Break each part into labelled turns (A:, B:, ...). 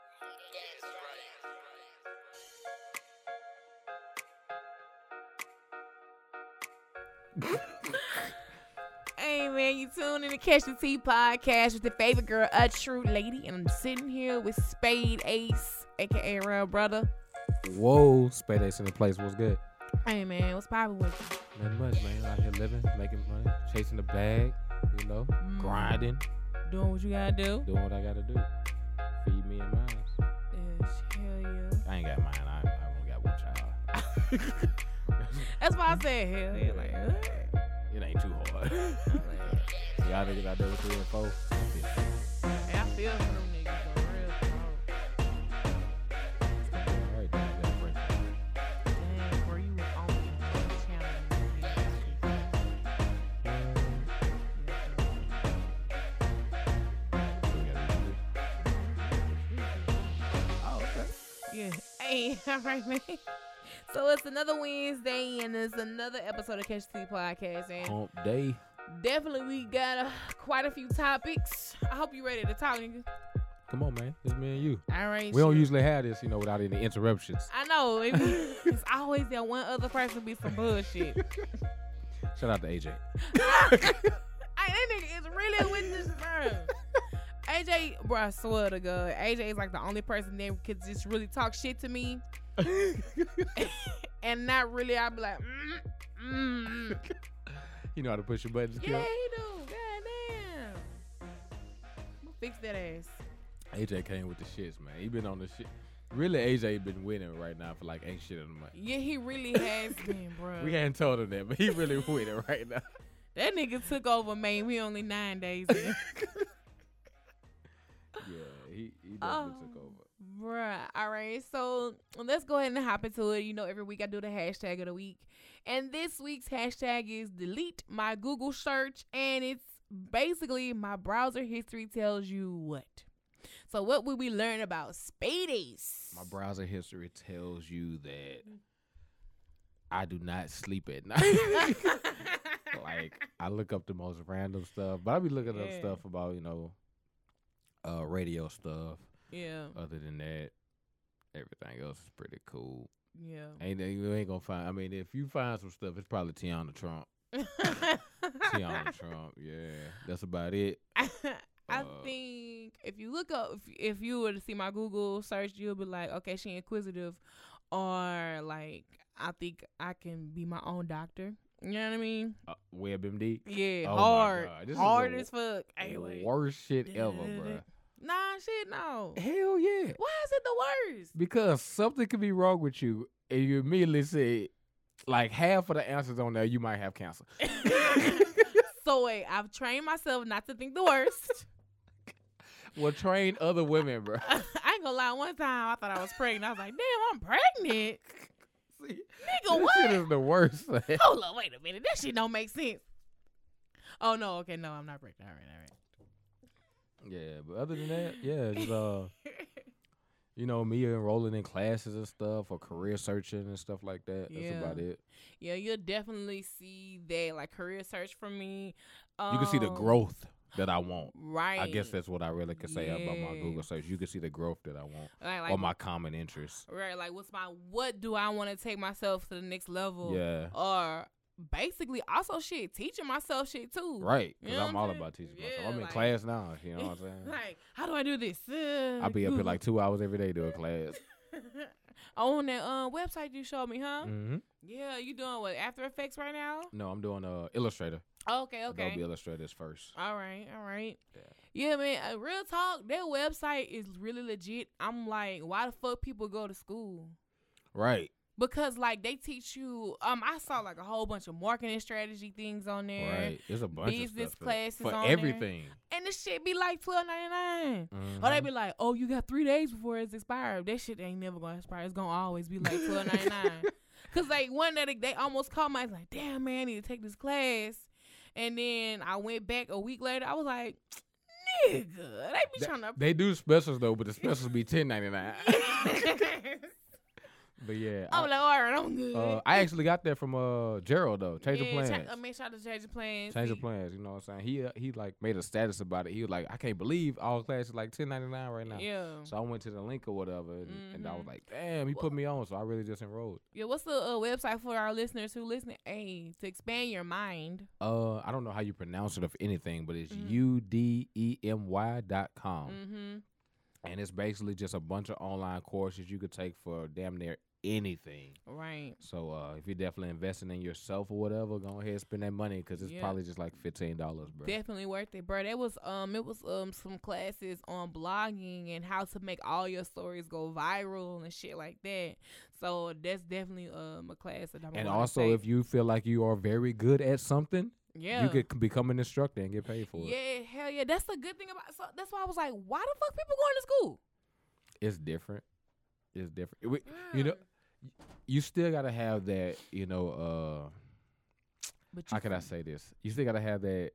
A: That's right.
B: Hey man, you tune in to Catch the Tea podcast with your favorite girl, a true lady, and I'm sitting here with Spade Ace, aka Real Brother.
C: Whoa, Spade Ace in the place. What's good?
B: Hey man, what's poppin' with
C: Nothing much, man. Out here living, making money, chasing the bag, you know,
B: you?
C: grinding,
B: Mm, Doing what you gotta do.
C: doing what I gotta do. Feed me and mine.
B: Yes, hell yeah.
C: I ain't got mine. I, I only got one child.
B: That's why I said hell Oh, yeah. Like, what?
C: it ain't too hard. Y'all niggas out there with three and four.
B: Hey, I feel for them niggas for real. bro.
C: All right, then, I got a friend.
B: Damn, bro, you was on the channel.
C: So we gotta
B: Oh,
C: do this.
B: Yeah. Hey, all right, man. So it's another Wednesday and it's another episode of Catch the Tea Podcast. And
C: Hump day.
B: definitely we got uh, quite a few topics. I hope you ready to talk, nigga.
C: Come on, man. It's me and you.
B: All right.
C: We don't
B: shit.
C: usually have this, you know, without any interruptions.
B: I know. It be, it's always that one other person be some bullshit.
C: Shout out to AJ.
B: I, that nigga is really with this bro. AJ, bro, I swear to God, AJ is like the only person that could just really talk shit to me and not really. I'd be like, mm, mm.
C: you know how to push your buttons.
B: Yeah,
C: Kel.
B: he do. Goddamn. I'ma Fix that ass.
C: AJ came with the shits, man. He been on the shit. Really, AJ been winning right now for like eight shit of the month.
B: Yeah, he really has been, bro.
C: We hadn't told him that, but he really winning right now.
B: that nigga took over, man. We only nine days in.
C: Yeah, he, he definitely
B: Oh.
C: took over.
B: Bruh. All right. So let's go ahead and hop into it. You know, every week I do the hashtag of the week. And this week's hashtag is delete my Google search. And it's basically my browser history tells you what. So what would we learn about Spadies?
C: My browser history tells you that I do not sleep at night. like I look up the most random stuff, but I be looking up
B: Yeah.
C: stuff about you know, uh, radio stuff.
B: yeah.
C: Other than that, everything else is pretty cool.
B: Yeah.
C: Ain't you ain't gonna find? I mean, if you find some stuff, it's probably Tiana Trump. Tiana Trump. Yeah, that's about it.
B: I
C: Uh,
B: think if you look up, if, if you were to see my Google search, you'll be like, okay, she inquisitive, or like, I think I can be my own doctor. You know what I mean?
C: Uh, WebMD.
B: Yeah,
C: Oh my
B: hard,
C: God, this is
B: hard
C: the
B: as fuck. Anyway,
C: Worst shit ever,
B: Da-da-da-da.
C: bruh.
B: nah, shit, no.
C: Hell yeah.
B: Why is it the worst?
C: Because something could be wrong with you, and you immediately say, like half of the answers on there, you might have cancer.
B: so wait, I've trained myself not to think the worst.
C: well, train other women, bruh.
B: I ain't gonna lie. One time, I thought I was pregnant. I was like, damn, I'm pregnant.
C: See,
B: Nigga,
C: this
B: what?
C: shit is the worst.
B: Hold up, wait a minute. That shit don't make sense. Oh no, okay, no, I'm not pregnant. All right, all
C: yeah, but other than that, yeah, just, uh, you know, me enrolling in classes and stuff or career searching and stuff like that.
B: Yeah.
C: That's about it.
B: right. yeah, you'll definitely see that like career search for me. Um,
C: You can see the growth that I want.
B: Right.
C: I guess that's what I really could say about my
B: Yeah.
C: Google search. You can see the growth that I want
B: like,
C: or
B: like,
C: my common interests.
B: right. Like, what's my what do I want to take myself to the next level?
C: Yeah.
B: Or basically, also shit, teaching myself shit too.
C: Right.
B: You
C: Because
B: know
C: I'm
B: what I'm
C: all
B: saying?
C: about teaching myself.
B: Yeah,
C: I'm in
B: like-
C: class now. You know what I'm saying?
B: like, how do I do this? Uh,
C: I be up here
B: Google.
C: like two hours every day doing class.
B: on that uh, website you showed me, huh?
C: hmm
B: Yeah, you doing what After Effects right now?
C: No, I'm doing uh, Illustrator.
B: Okay, okay.
C: Adobe Illustrator's first.
B: All right, all right.
C: Yeah.
B: Yeah, man. uh, Real talk, their website is really legit. I'm like, why the fuck people go to school?
C: Right.
B: Because like they teach you. Um, I saw like a whole bunch of marketing strategy things on there,
C: Right. There's a bunch
B: Business
C: of stuff
B: classes
C: for, for
B: on there.
C: everything.
B: and this shit be like twelve ninety nine.
C: Mhm.
B: Or they be like, oh, you got three days before it's expired. That shit ain't never gonna expire. It's gonna always be like twelve ninety nine. Cause like one day they- they almost called me. I was like, damn man, I need to take this class. And then I went back a week later. I was like, nigga, they be
C: That-
B: trying to
C: They do specials though, but the specials be ten ninety nine. But yeah,
B: I'm
C: I,
B: Oh, like, all right, I'm good.
C: uh, I actually got that from uh Gerald though. Change
B: Yeah,
C: of
B: cha-
C: plans.
B: uh, make sure to change the plans.
C: Change of
B: See,
C: plans. You know what I'm saying? He uh, he like made a status about it. He was like, I can't believe all classes like 10.99 right now.
B: Yeah.
C: So I went to the link or whatever, and, and I
B: Mhm.
C: was like, damn, he put me on. So I really just enrolled.
B: Yeah. What's the uh, website for our listeners who listen? Hey, to expand your mind.
C: Uh, I don't know how you pronounce it or anything, but it's
B: Mhm.
C: u d e m y dot com,
B: Mm-hmm.
C: and it's basically just a bunch of online courses you could take for damn near anything.
B: Right.
C: So uh, if you're definitely investing in yourself or whatever, go ahead and spend that money because it's
B: Yeah.
C: probably just like fifteen dollars, bro.
B: Definitely worth it, bro. That was um, it was um, some classes on blogging and how to make all your stories go viral and shit like that. So that's definitely um a class that I'm.
C: and also, if you feel like you are very good at something,
B: yeah,
C: you could c- become an instructor and get paid for it.
B: yeah, hell yeah. That's the good thing about. So that's why I was like, why the fuck people going to school?
C: It's different. It's different. We- you know, you still gotta have that. You know, uh,
B: but
C: how can I say this? You still gotta have that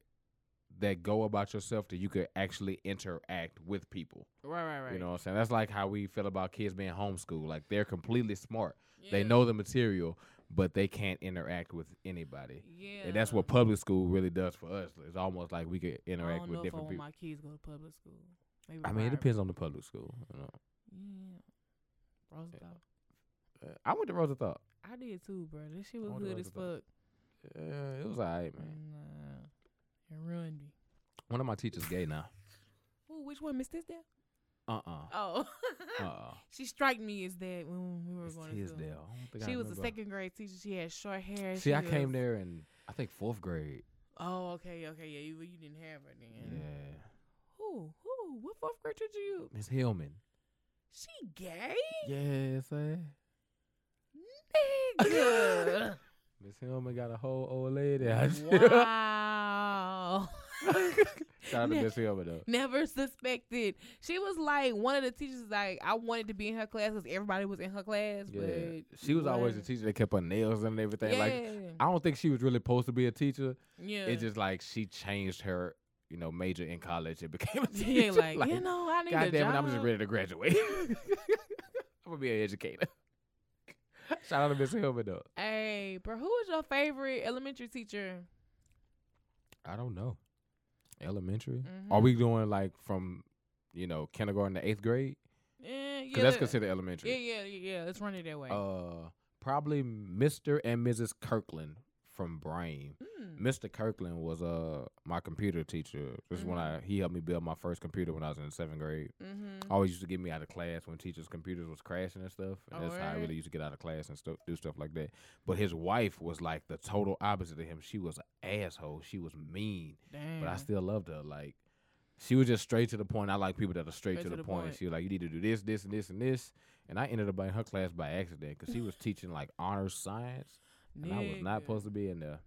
C: that go about yourself that you could actually interact with people.
B: Right, right, right.
C: You know what I'm saying? That's like how we feel about kids being homeschooled. Like they're completely smart. They
B: Yeah.
C: know the material, but they can't interact with anybody.
B: Yeah.
C: And that's what public school really does for us. It's almost like we could
B: I don't
C: interact
B: know
C: with
B: if I
C: different
B: want
C: people.
B: my kids to go to public school. Maybe
C: I mean, it
B: private.
C: depends on the public school. You know,
B: Yeah. Roosevelt.
C: Uh, I went to Roosevelt.
B: I did too, bro. This shit was
C: wonder
B: good
C: what
B: as
C: it's about.
B: fuck. uh,
C: Uh, it was alright, man.
B: Nah. It ruined me.
C: One of my teachers gay now.
B: Ooh, which one? Miss Tisdale?
C: Uh uh-uh.
B: Oh.
C: uh. Uh
B: she struck me as that when we were
C: It's
B: going to school.
C: Tisdale. I don't think I
B: She was a
C: remember.
B: second grade teacher. She had short hair.
C: See,
B: She
C: I came
B: was-
C: there in I think fourth grade.
B: Oh, okay, okay, yeah. You you didn't have her then.
C: Yeah,
B: Who who? What fourth grade teacher you?
C: Miss Hillman.
B: She gay?
C: Yeah, say
B: Nigga.
C: Miss Hillman got a whole old lady. out there.
B: wow.
C: Shout out to
B: Ne-
C: Miss Hillman though.
B: Never suspected. She was like one of the teachers. Like I wanted to be in her class because everybody was in her class.
C: Yeah,
B: But
C: she was always a
B: whatever.
C: teacher that kept her nails and everything.
B: Yeah,
C: Like I don't think she was really supposed to be a teacher.
B: yeah.
C: It's just like she changed her, you know, major in college and became a teacher.
B: yeah, like, you know, I need
C: God
B: a
C: damn
B: job.
C: it, I'm just ready to graduate. I'm gonna be an educator. Shout out to Miss Hillman though.
B: Hey, bro, who was your favorite elementary teacher?
C: I don't know. Elementary? Are
B: Mhm.
C: we doing like from, you know, kindergarten to eighth grade?
B: Eh, yeah,
C: Because that's
B: that-
C: considered
B: Yeah,
C: elementary.
B: yeah, yeah, yeah. Let's run it that way.
C: Uh, probably Mr. and Mrs. Kirkland from Brain.
B: Mm.
C: Mr. Kirkland was uh my computer teacher. This is when
B: Mm-hmm.
C: I he helped me build my first computer when I was in seventh grade.
B: Mhm.
C: Always used to get me out of class when teachers' computers was crashing and stuff. And that's how I
B: Alright.
C: Oh, really used to get out of class and stuff, do stuff like that. But his wife was like the total opposite of him. She was an asshole. She was mean.
B: Damn.
C: but I still loved her. Like she was just straight to the point. I like people that are straight, to, the, point.
B: point.
C: She was like, you need to do this, this, and this, and this. And I ended up in her class by accident because she was teaching like honors science, and I was
B: Nigga.
C: not supposed to be in there.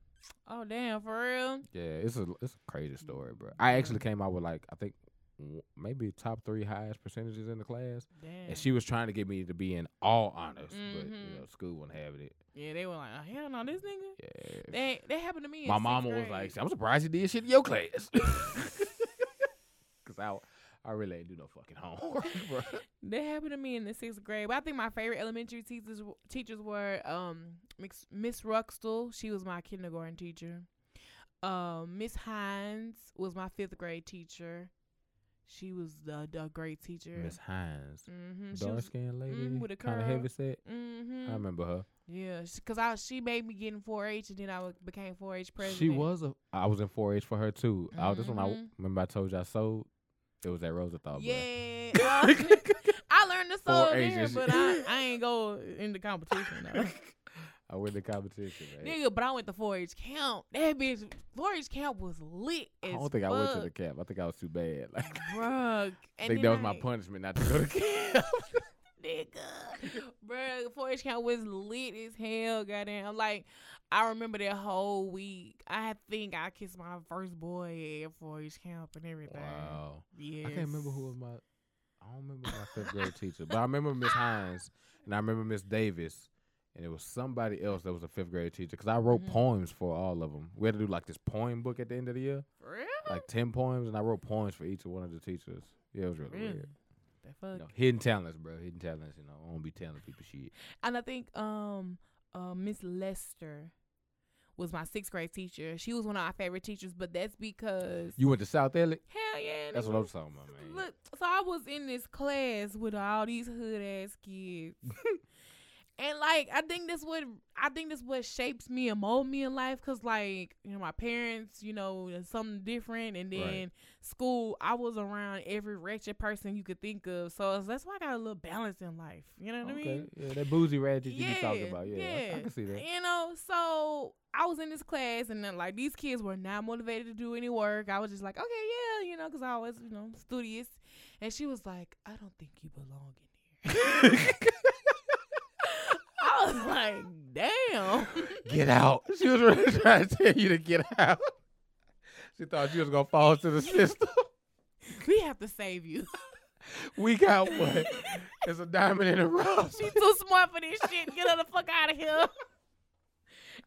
B: Oh damn, for real.
C: Yeah, it's a it's a crazy story, bro. I actually came out with like I think w- maybe top three highest percentages in the class,
B: Damn.
C: and she was trying to get me to be in all honors, but
B: Mhm.
C: you know school wasn't having it.
B: yeah, they were like, oh, hell no, this nigga.
C: Yeah.
B: That that happened to me. in
C: My
B: sixth
C: mama was
B: grade.
C: like, "I'm surprised you did shit in your class," because I, I really ain't do no fucking homework, bro.
B: That happened to me in the sixth grade. But I think my favorite elementary teachers w- teachers were um Mix- Miss Ruxtell. She was my kindergarten teacher. Um, Miss Hines was my fifth grade teacher. She was the, the great teacher.
C: Miss Hines,
B: Mm-hmm. She
C: dark
B: was.
C: skinned lady,
B: mm, with a
C: kind
B: curl.
C: of heavy set. I
B: Mm-hmm.
C: remember her.
B: Yeah, because I she made me get in 4-H and then I wa- became 4-H president.
C: She was a. I was in 4-H for her too. I, this one I
B: Mhm.
C: remember. I told you I sold. It was at Rosenthal. bruh.
B: Yeah, well, I learned the soul there,
C: 4-H's.
B: but I, I ain't go in the competition. though.
C: I win the competition. Man.
B: Nigga, but I went to 4-H camp. That bitch, 4-H camp was lit.
C: I
B: As
C: don't think I went to the camp. I think I was too bad. Like,
B: Bruh,
C: I
B: and then
C: think that was my punishment not to go to camp.
B: Nigga, bruh, 4-H camp was lit as hell. Goddamn, like I remember that whole week. I think I kissed my first boy at 4-H camp and everything.
C: wow.
B: Yes.
C: I can't remember who was my. I don't remember my fifth grade teacher, but I remember Miss Hines and I remember Miss Davis, and it was somebody else that was a fifth grade teacher because I wrote
B: Mhm.
C: poems for all of them. We had to do like this poem book at the end of the year,
B: For real?
C: like ten poems, and I wrote poems for each one of the teachers. Yeah, it was really
B: Really?
C: weird.
B: the fuck.
C: You know, hidden talents, bro. Hidden talents. You know, I won't be telling people shit.
B: And I think um uh, Miss Lester was my sixth grade teacher. She was one of our favorite teachers, but that's because
C: You went to South Elliott.
B: hell yeah.
C: That's
B: nigga.
C: what I'm talking about, man.
B: Look, so I was in this class with all these hood ass kids. And like I think that's what I think that's what shapes me and mold me in life, cause like you know my parents, you know is something different, and
C: Right.
B: then school I was around every wretched person you could think of, so that's why I got a little balance in life. You know what I
C: Okay,
B: mean?
C: yeah, that boozy ratchet you be talking
B: Yeah,
C: about. Yeah, I- I,
B: yeah.
C: can see that.
B: You know, so I was in this class, and then like these kids were not motivated to do any work. I was just like, okay, yeah, you know, because I was, you know, studious. And she was like, I don't think you belong in here. I was like, damn.
C: Get out. She was really trying to tell you to get out. She thought you was gonna fall to the system.
B: We have to save you.
C: We got what? It's a diamond in a rough.
B: She's too smart for this shit. Get her the fuck out of here.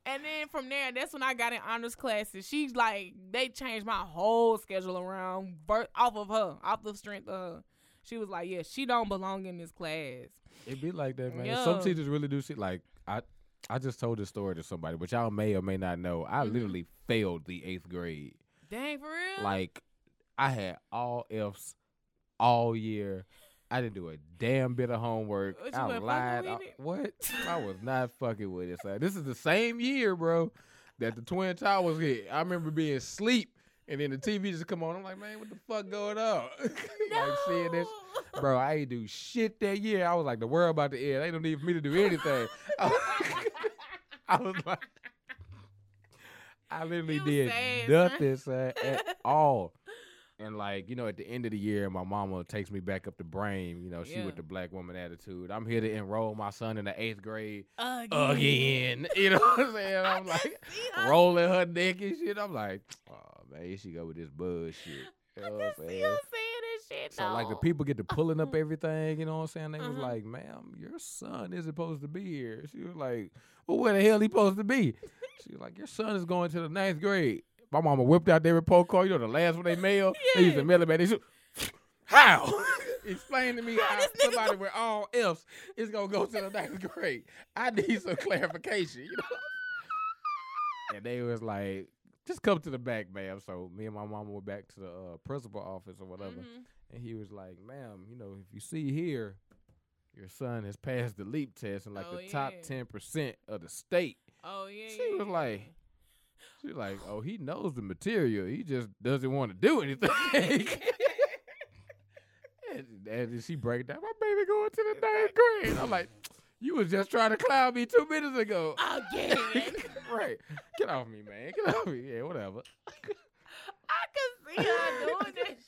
B: And then from there, that's when I got in honors classes. She's like, they changed my whole schedule around ver- off of her, off the strength of her. She was like, yeah, she don't belong in this class.
C: It be like that, man. Some
B: Yo.
C: teachers really do shit. Like I, I just told this story to somebody, which y'all may or may not know. I
B: Mhm.
C: literally failed the eighth grade.
B: Dang, for real?
C: Like I had all F's all year. I didn't do a damn bit of homework.
B: What, you
C: I
B: wasn't fucking
C: lied.
B: with
C: I-
B: it?
C: what? I was not fucking with it. son. this is the same year, bro, that the Twin Towers hit. I remember being asleep and then the TV just come on. I'm like, man, what the fuck going on? like seeing this Bro, I ain't do shit that year. I was like, the world about to end. They don't need for me to do anything. I, was like, I literally
B: You
C: did
B: sad, son.
C: nothing, son, at all. And like, you know, at the end of the year, my mama takes me back up to Brain. You know, she
B: Yeah.
C: with the black woman attitude. I'm here to enroll my son in the eighth grade
B: Again.
C: again. You know what I'm saying?
B: I
C: I'm
B: just
C: like
B: see her-
C: rolling her neck and shit. I'm like, oh man, here she go with this bullshit. You
B: I
C: know what I'm
B: just see
C: saying?
B: her saying this shit.
C: So like the
B: though.
C: people get to pulling up
B: Mm-hmm.
C: everything, you know what I'm saying? They was
B: Uh-huh.
C: like, "Ma'am, your son is supposed to be here." She was like, "Well, where the hell he supposed to be?" She was like, "Your son is going to the ninth grade." My mama whipped out their report card. You know the last one they mailed. They used to
B: Yeah.
C: mail it back. They shoot. How? Explain to me
B: How
C: how,
B: this nigga
C: somebody with all F's is gonna go to the ninth grade. I need some clarification. You know. and they was like, "Just come to the back, ma'am." So me and my mama went back to the uh, principal office or whatever.
B: Mhm.
C: And he was like, ma'am, you know, if you see here, your son has passed the leap test in like
B: Oh,
C: the top
B: yeah.
C: 10% of the state.
B: Oh, yeah.
C: She
B: yeah,
C: was
B: yeah.
C: like, she's like, oh, he knows the material. He just doesn't want to do anything. and, and she break down, my baby going to the ninth grade. I'm like, you was just trying to clown me two minutes ago.
B: Again.
C: right. Get off me, man. Get off me. Yeah, whatever.
B: I could see her doing that shit.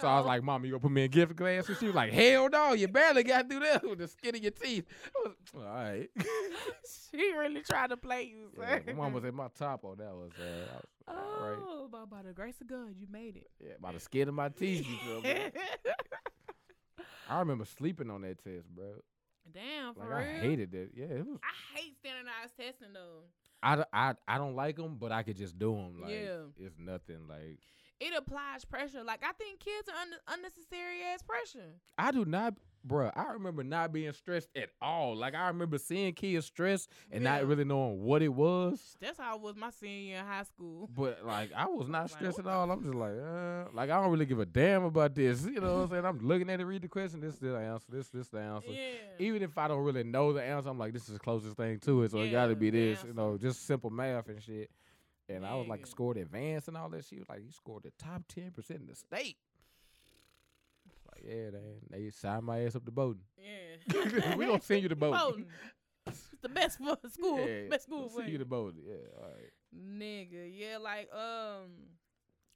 C: So I was
B: though.
C: like, Mom, you gonna put me in gift class? And she was like, Hell no, you barely got through that with the skin of your teeth. I was, All right.
B: she really tried to play you,
C: Yeah,
B: sir.
C: my mom was at my top on that was, uh, I was all right.
B: Oh, by, by the grace of God, you made it.
C: Yeah, by the skin of my teeth. You feel me? I remember sleeping on that test, bro.
B: Damn, for
C: Like
B: real.
C: I hated that. Yeah, it was.
B: I hate standardized testing though.
C: I, d- I, I don't like them, but I could just do them. Like
B: Yeah.
C: it's nothing. Like
B: It applies pressure. Like I think kids are under unnecessary ass pressure.
C: I do not, bruh, I remember not being stressed at all. Like I remember seeing kids stressed and
B: Yeah.
C: not really knowing what it was.
B: That's how I was my senior year in high school.
C: But like I was not
B: Like,
C: stressed
B: what
C: at all. I'm just like, uh, like I don't really give a damn about this. You know what I'm saying? I'm looking at it, read the question. This the answer. This this the answer.
B: Yeah.
C: Even if I don't really know the answer, I'm like, this is the closest thing to it. So it
B: Yeah,
C: got to be
B: the
C: this. You
B: answer.
C: know, just simple math and shit. And I was like
B: Nigga.
C: scored advanced and all that. She was like, you scored the top ten percent in the state. Like yeah, they they signed my ass up to Bowden.
B: Yeah.
C: we gonna send you to Bowden.
B: Bowdoin. It's the best for school.
C: Yeah,
B: best school
C: we'll
B: for
C: send you to Bowden. Yeah, all right.
B: Nigga, yeah, like um,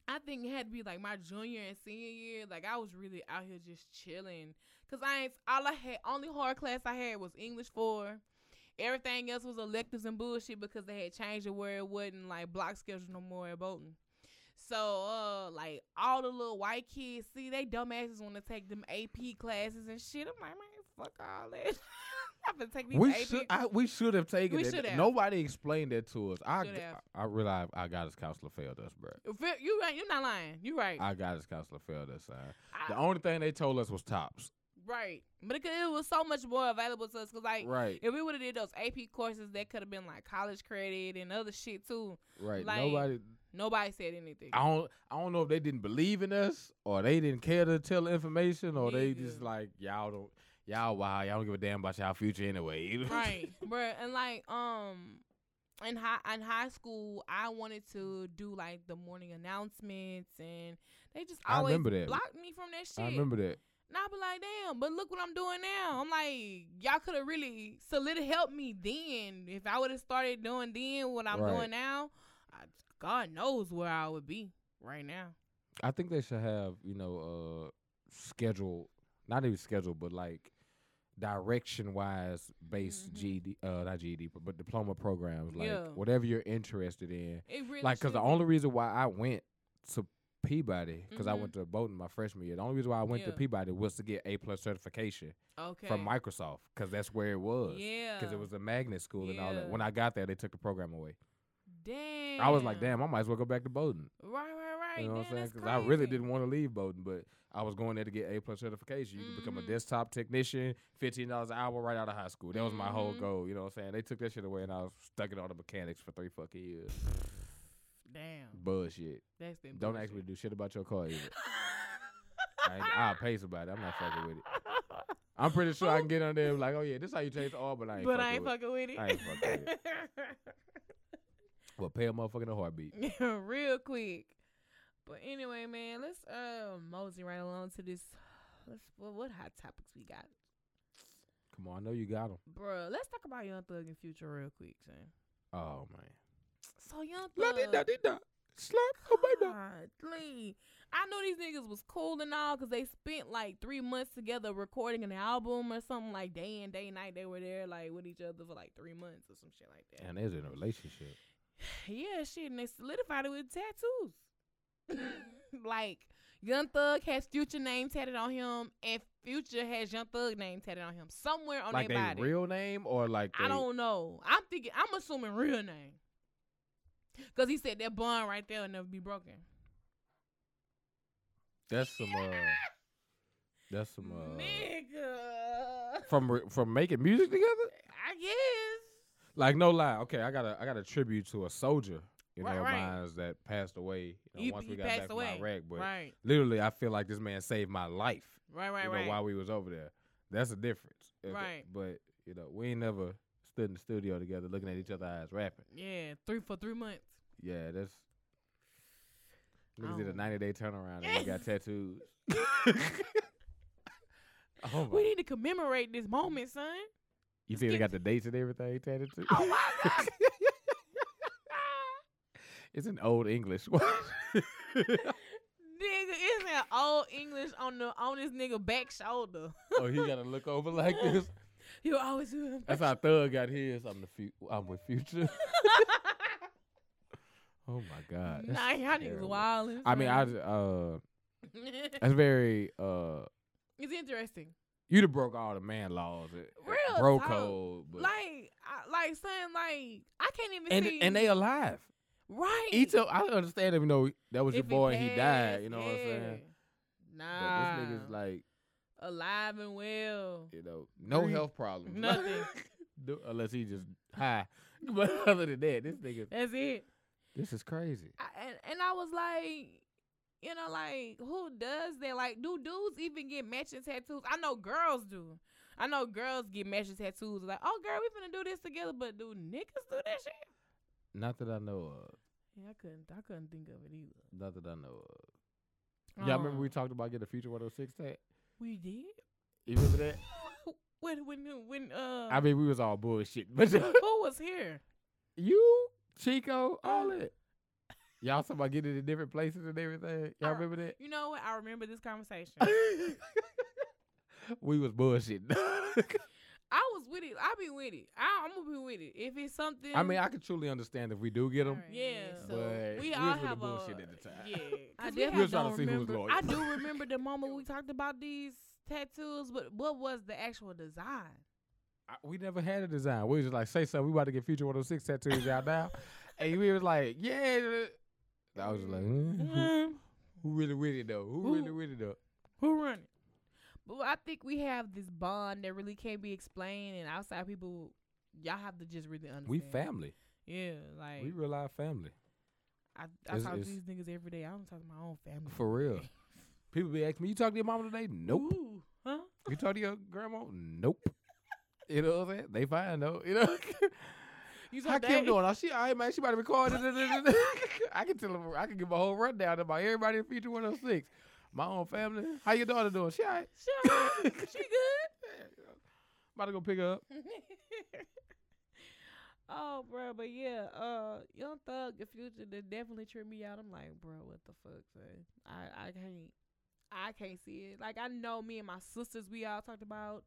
B: I think it had to be like my junior and senior year. Like I was really out here just chilling, cause I ain't all I had. Only hard class I had was English four. Everything else was electives and bullshit because they had changed it where it wasn't like block schedule no more at Bolton. So uh, like all the little white kids, see they dumbasses want to take them AP classes and shit. I'm like, man, fuck all that. I've been taking these
C: we
B: AP.
C: should I, we should have taken
B: We
C: it.
B: should have.
C: Nobody explained that to us. I
B: Should
C: g-
B: have.
C: I realize our guidance counselor failed us, bro.
B: you right, you're not lying. You right.
C: Our guidance counselor failed us. son.
B: I-
C: The only thing they told us was tops.
B: right. But it, could, it was so much more available to us because like
C: Right,
B: if we would have did those AP courses, that could have been like college credit and other shit too.
C: right.
B: like-
C: Nobody.
B: Nobody said anything.
C: I don't. I don't know if they didn't believe in us, or they didn't care to tell the information, or they just
B: Nigga.
C: like y'all don't. Y'all wow. Y'all don't give a damn about y'all future anyway.
B: right, bruh. And like, um, in high in high school, I wanted to do like the morning announcements, and they just
C: I
B: always
C: remember that.
B: blocked me from that shit.
C: I remember that.
B: And I be like, damn, but look what I'm doing now. I'm like, y'all could have really solid helped me then. If I would have started doing then what I'm
C: Right.
B: doing now, I, God knows where I would be right now.
C: I think they should have, you know, uh schedule not even schedule, but like direction wise based
B: Mhm.
C: GD uh not GED but, but diploma programs. Like
B: Yeah.
C: whatever you're interested in.
B: It really
C: Like 'cause like cause the
B: should
C: only reason why I went to Peabody, because I
B: Mhm.
C: went to Bowdoin my freshman year. The only reason why I went to
B: Yeah.
C: Peabody was to get A plus certification
B: be. okay
C: from Microsoft, because that's where it was.
B: yeah
C: Because it was a magnet school and all that.
B: Yeah.
C: When I got there, they took the program away.
B: damn
C: I was like, damn, I might as well go back to Bowdoin.
B: right right right
C: You know what I'm
B: damn,
C: saying?
B: that's
C: Because I really
B: crazy.
C: didn't want to leave Bowdoin, but I was going there to get A plus certification. You can become a
B: Mhm.
C: desktop technician, fifteen dollars an hour right out of high school. That was my whole
B: Mhm.
C: goal. You know what I'm saying? They took that shit away, and I was stuck in all the mechanics for three fucking years.
B: damn
C: Bullshit.
B: that's the
C: Don't ask me to do shit about your car either. I ain't-
B: I
C: I'll pay somebody. I'm not fucking with it. I'm pretty sure I can get on there and be like, oh yeah, this how you change the oil, but I ain't.
B: but
C: fucking
B: I ain't
C: with it.
B: fucking with it
C: I ain't fucking with Well, pay a motherfucker in a heartbeat.
B: Mm. real quick. But anyway, man, let's uh mosey right along to this. Let's well, what hot topics we got,
C: Come on, I know you got them.
B: Bruh, Let's talk about Young Thug and Future real quick, son.
C: Oh man.
B: So Young
C: La di da
B: Thug,
C: di da. Slap. Oh my god.
B: Godly. I know these niggas was cool and all because they spent like three months together recording an album or something like day and day night they were there like with each other for like three months or some shit like that.
C: And they's in a relationship.
B: Yeah, shit, and they solidified it with tattoos. like Young Thug has Future name tatted on him, and Future has Young Thug name tatted on him somewhere on
C: like
B: their
C: they
B: body.
C: real name or like they,
B: I don't know. I'm thinking. I'm assuming real name, cause he said that bond right there will never be broken.
C: That's some. Uh, that's some. Uh,
B: Nigga,
C: from re- from making music together.
B: I guess.
C: Like no lie. Okay, I got a I got a tribute to a soldier. You
B: Right,
C: know,
B: right.
C: mine's that passed away. You know,
B: He-
C: once
B: he
C: we got
B: passed
C: back
B: away.
C: from Iraq, but
B: right,
C: literally, I feel like this man saved my life.
B: right, right,
C: you know,
B: right.
C: while we was over there, that's the difference. If it-
B: Right.
C: But you know, we ain't never stood in the studio together looking at each other eyes rapping.
B: yeah, three for three months.
C: Yeah, that's. Niggas did
B: Oh.
C: a ninety day turnaround and they got
B: Yes.
C: tattoos. oh my
B: We need to commemorate this moment, son.
C: You think they
B: Excuse-
C: got the dates and everything tatted too?
B: Oh my God.
C: it's in old English.
B: Nigga, it's an old English on the on this nigga back shoulder.
C: oh, he gotta look over like this.
B: You always do him.
C: That's how Thug got his. I'm the fu- I'm with Future. Oh my God. that's
B: nah, y'all niggas
C: terrible.
B: wild.
C: I mean, I j- uh, that's very uh,
B: it's interesting.
C: you'd have broke all the man laws, it-
B: Real
C: bro
B: talk.
C: code, but,
B: Like, I, like saying, like I can't even
C: and
B: see.
C: and they alive.
B: right.
C: Each of, I understand if you know that was
B: If
C: your boy and he died.
B: passed,
C: You know what I'm saying?
B: yeah.
C: But
B: Nah,
C: this nigga's like
B: alive and well.
C: you know, no
B: Three-
C: health problems,
B: nothing.
C: Do- Unless he just high. But other than that, this nigga,
B: That's it.
C: this is crazy.
B: I, and, and I was like, you know, like who does that? Like, do dudes even get matching tattoos? I know girls do. I know girls get matching tattoos. Like, oh girl, we finna do this together. But do niggas do that shit?
C: Not that I know of.
B: Yeah, I couldn't. I couldn't think of it either.
C: Not that I know of. Y'all remember we
B: Um,
C: talked about getting a Future 106
B: Oh,
C: tag?
B: we did.
C: You remember that?
B: When when when uh
C: I mean, we was all bullshit. But
B: who was here?
C: you, Chico, all that. Y'all talking about getting it in different places and everything. Y'all
B: I-
C: remember that?
B: You know what? I remember this conversation.
C: we was bullshit.
B: I was with it. I be with it. I, I'm gonna be with it. If it's something,
C: I mean, I can truly understand if we do get them.
B: yeah. So
D: Alright,
C: But
B: we
C: we
B: all
C: was with the
B: have a
C: bullshit at the time.
B: yeah. 'cause
D: We
B: we
D: was
B: have-
C: trying
B: don't
C: to see who was
B: remember-
C: loyal.
B: I do remember the moment we talked about these tattoos, but what was the actual design?
C: I, we never had a design. We was just like, say something. We about to get Future 106 tattoos out now. And we was like, yeah. I was just like, mm, who,
B: Mm,
C: who really with it though? Who,
B: Who-
C: really with it though?
B: Who run it? But I think we have this bond that really can't be explained, and outside people, y'all have to just really understand.
C: We family.
B: Yeah, like
C: We real life family.
B: I, I
C: It's-
B: talk to
C: it's-
B: these niggas every day. I don't talk to my own family
C: For
B: every
C: real.
B: day.
C: People be asking me, "You talk to your mama today?" Nope.
B: Ooh, huh?
C: You talk to your grandma? Nope. you know what I'm saying? They fine though. You know.
B: You
C: How
B: talk that?
C: Kim doing? Oh, she all right, man. She about to record. it. I can tell her. I can give a whole rundown about everybody in Future 106. My own family. How your daughter doing? She all right?
B: She, all right? she
C: About to go pick her up.
B: good. oh, bro, but yeah, uh, Young Thug, the future, they definitely trip me out. I'm like, bro, what the fuck, son? I, I can't. I can't see it. Like I know me and my sisters, we all talked about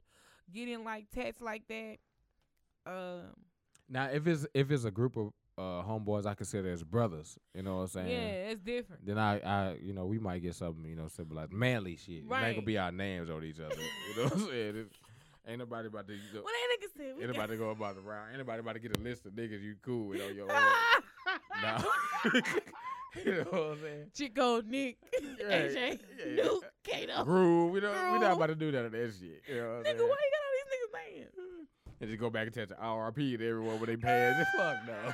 B: getting like texts like that. Um,
C: Now, if it's if it's a group of uh, homeboys, I consider as brothers. You know what I'm saying?
B: yeah, it's different.
C: Then I, I, you know, we might get something, you know, simple like manly shit. It ain't
B: Right.
C: gonna be our names on each other. you know what I'm saying? It, ain't nobody about to. Go,
B: What that nigga said? we
C: ain't
B: got-
C: nobody go about the round. Ain't nobody about to get a list of niggas you cool with on your own. no. you know what I'm saying?
B: Chico, Nick, AJ,
C: Yeah.
B: Nuke, Kato.
C: Groove. We don't. We not
B: Groove.
C: about to do that of that shit. You know what I'm
B: Nigga,
C: saying?
B: why you got all these niggas names?
C: And just go back and touch the RRP to everyone with they pants. Fuck no.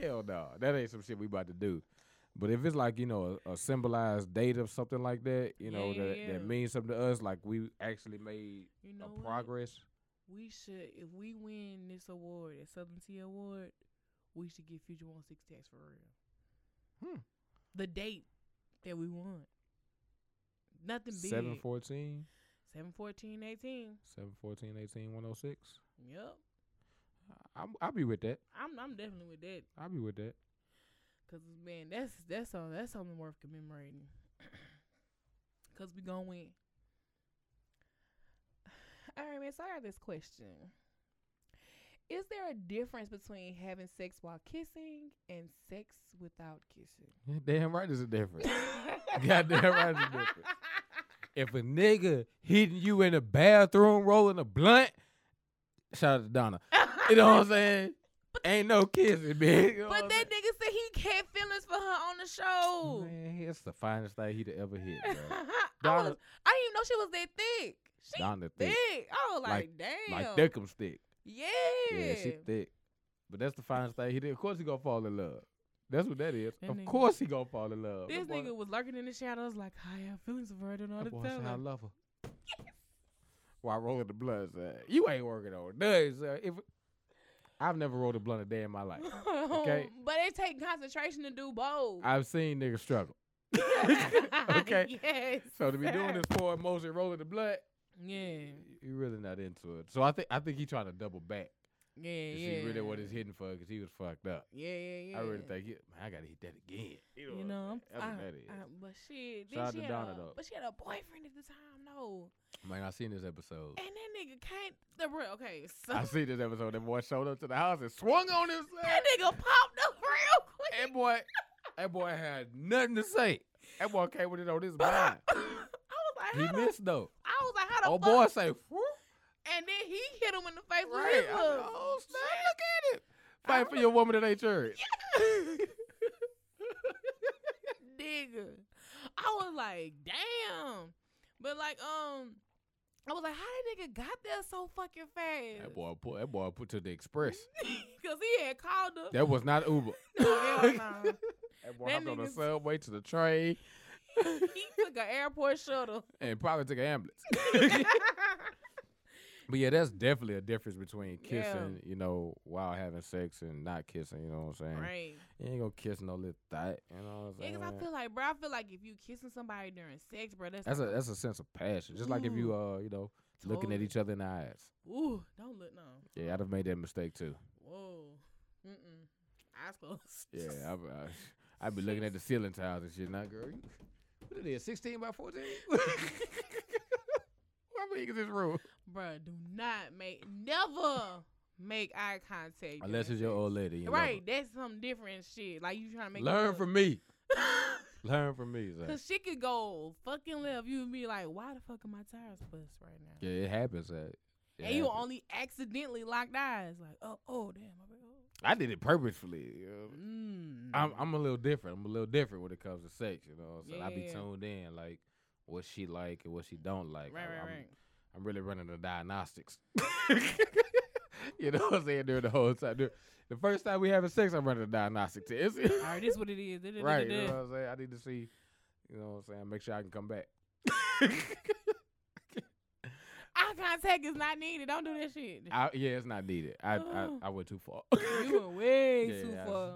C: Hell no. That ain't some shit we about to do. But if it's like, you know, a, a symbolized date or something like that, you know,
B: Yeah, yeah,
C: that,
B: yeah.
C: that means something to us, like we actually made
B: You know
C: a
B: what?
C: progress.
B: We should, if we win this award, the Southern Tea Award, we should get Future One Six Tax for real.
C: Hmm.
B: The date that we won. Nothing big.
C: 714,
B: 7 14 18.
C: 714, 18, 106.
B: Yep.
C: I'm, I'll be with that.
B: I'm I'm definitely with that.
C: I'll be with that.
B: Cause man, that's that's all that's something worth commemorating. Cause we gonna win. All right, man. So I got this question: Is there a difference between having sex while kissing and sex without kissing?
C: Yeah, Damn right is a difference. Goddamn right there's a difference. if a nigga hitting you in the bathroom rolling a blunt, shout out to Donna. You know what I'm saying? Ain't no kissing, bitch. You know what
B: But
C: I'm
B: that nigga said he had feelings for her on the
C: saying?
B: show.
C: Man, it's the finest thing he'd ever hit,
B: I,
C: bro.
B: was,
C: Donna-
B: I didn't even know she was that thick. She
C: Donna thick.
B: thick. I was like, damn.
C: Like Dickums thick.
B: Yeah.
C: Yeah, she thick. But that's the finest thing he did. Of course he gonna fall in love. That's what that is.
B: That
C: of
B: nigga-
C: course he gonna fall in love.
B: This
C: That boy-
B: nigga was lurking in the shadows, like I have feelings for her, I don't know how
C: that
B: to
C: boy said,
B: tell
C: I
B: her.
C: love her. While rolling the blunt, son. you ain't working on nothing, son. If I've never rolled a blunt a day in my life. Okay.
B: but it take concentration to do both.
C: I've seen niggas struggle. okay.
B: yes.
C: So to be doing
B: sir.
C: this for emotion, rolling the blunt,
B: Yeah.
C: you really not into it. So I think I think he trying to double back
B: Yeah.
C: to
B: Yeah.
C: see really what he's hitting for because he was fucked up.
B: Yeah. Yeah. Yeah.
C: I really think he, man, I gotta hit that again. You
B: You know, I'm,
C: that's
B: I,
C: what that is.
B: I, but shit,
C: Shout
B: then
C: out
B: she
C: to
B: had
C: Donna,
B: a,
C: though.
B: but she had a boyfriend at the time, no.
C: man, I seen this episode.
B: And that nigga can't. The real, okay, so
C: I seen this episode. That boy showed up to the house and swung on his
B: that nigga popped up real quick.
C: That boy, that boy had nothing to say. That boy came with it on his mind.
B: I was like,
C: He
B: how the,
C: missed though.
B: I was like, how the
C: Oh
B: fuck?
C: boy, say whoop.
B: And then he hit him in the face with
C: Right.
B: his
C: I-
B: hook.
C: oh, snap.
B: Shit.
C: Look at it.
B: I
C: Fight for your woman that ain't yours.
B: nigga. I was like, damn. But like, um, I was like, how that nigga got there so fucking fast?
C: That boy put that boy put to the express.
B: Cause he had called her.
C: That was not Uber.
B: No, hell no.
C: That boy
B: That
C: hopped on the
B: nigga's-
C: subway to the train
B: he took an airport shuttle.
C: and probably took an ambulance.
B: yeah.
C: but yeah, that's definitely a difference between
B: Yeah.
C: kissing, you know, while having sex and not kissing. You know what I'm saying?
B: Right.
C: You ain't gonna kiss no little thot. You know
B: Yeah,
C: what I'm saying?
B: cause I feel like, bro, I feel like if you kissing somebody during sex, bro, that's,
C: that's a that's a sense of passion. Just like if you uh you know looking at
B: Totally.
C: each other in the eyes.
B: Ooh, don't look no.
C: Yeah, I'd have made that mistake too.
B: Whoa. Mm mm. Eyes closed.
C: Yeah, I, I, I be looking at the ceiling tiles and shit. Now, girl, you, what it is, 16 by 14? How big is this room?
B: Bruh, do not make never make eye contact.
C: Unless
B: during
C: it's your
B: sex.
C: old lady. you
B: Right, that's some different shit. Like you trying to make
C: know.
B: it
C: Learn
B: look-
C: from me. Learn from me, son.
B: Cause she could go fucking left. You would be like, why the fuck are my tires bust right now?
C: Yeah, it happens. son. It
B: and you
C: happens.
B: only accidentally locked eyes. Like, oh, oh, damn. my bad. Oh.
C: I did it purposefully. You know?
B: Mm.
C: I'm, I'm a little different. I'm a little different when it comes to sex. You know what I'm saying? I be
B: Yeah.
C: tuned in. Like, what she like and what she don't like.
B: Right,
C: I,
B: right,
C: am
B: right.
C: I'm really running the diagnostics. you know what I'm saying? During the whole time. During, the first time we having sex, I'm running the diagnostic test.
B: All right, this is what it is. Da-da-da-da-da.
C: right. You know what I'm saying? I need to see, you know what I'm saying? Make sure I can come back.
B: Eye contact is not needed. Don't do that shit.
C: I, yeah, it's not needed. I, I,
B: Oh.
C: I went too far.
B: you went way
C: Yeah,
B: too
C: I-
B: far.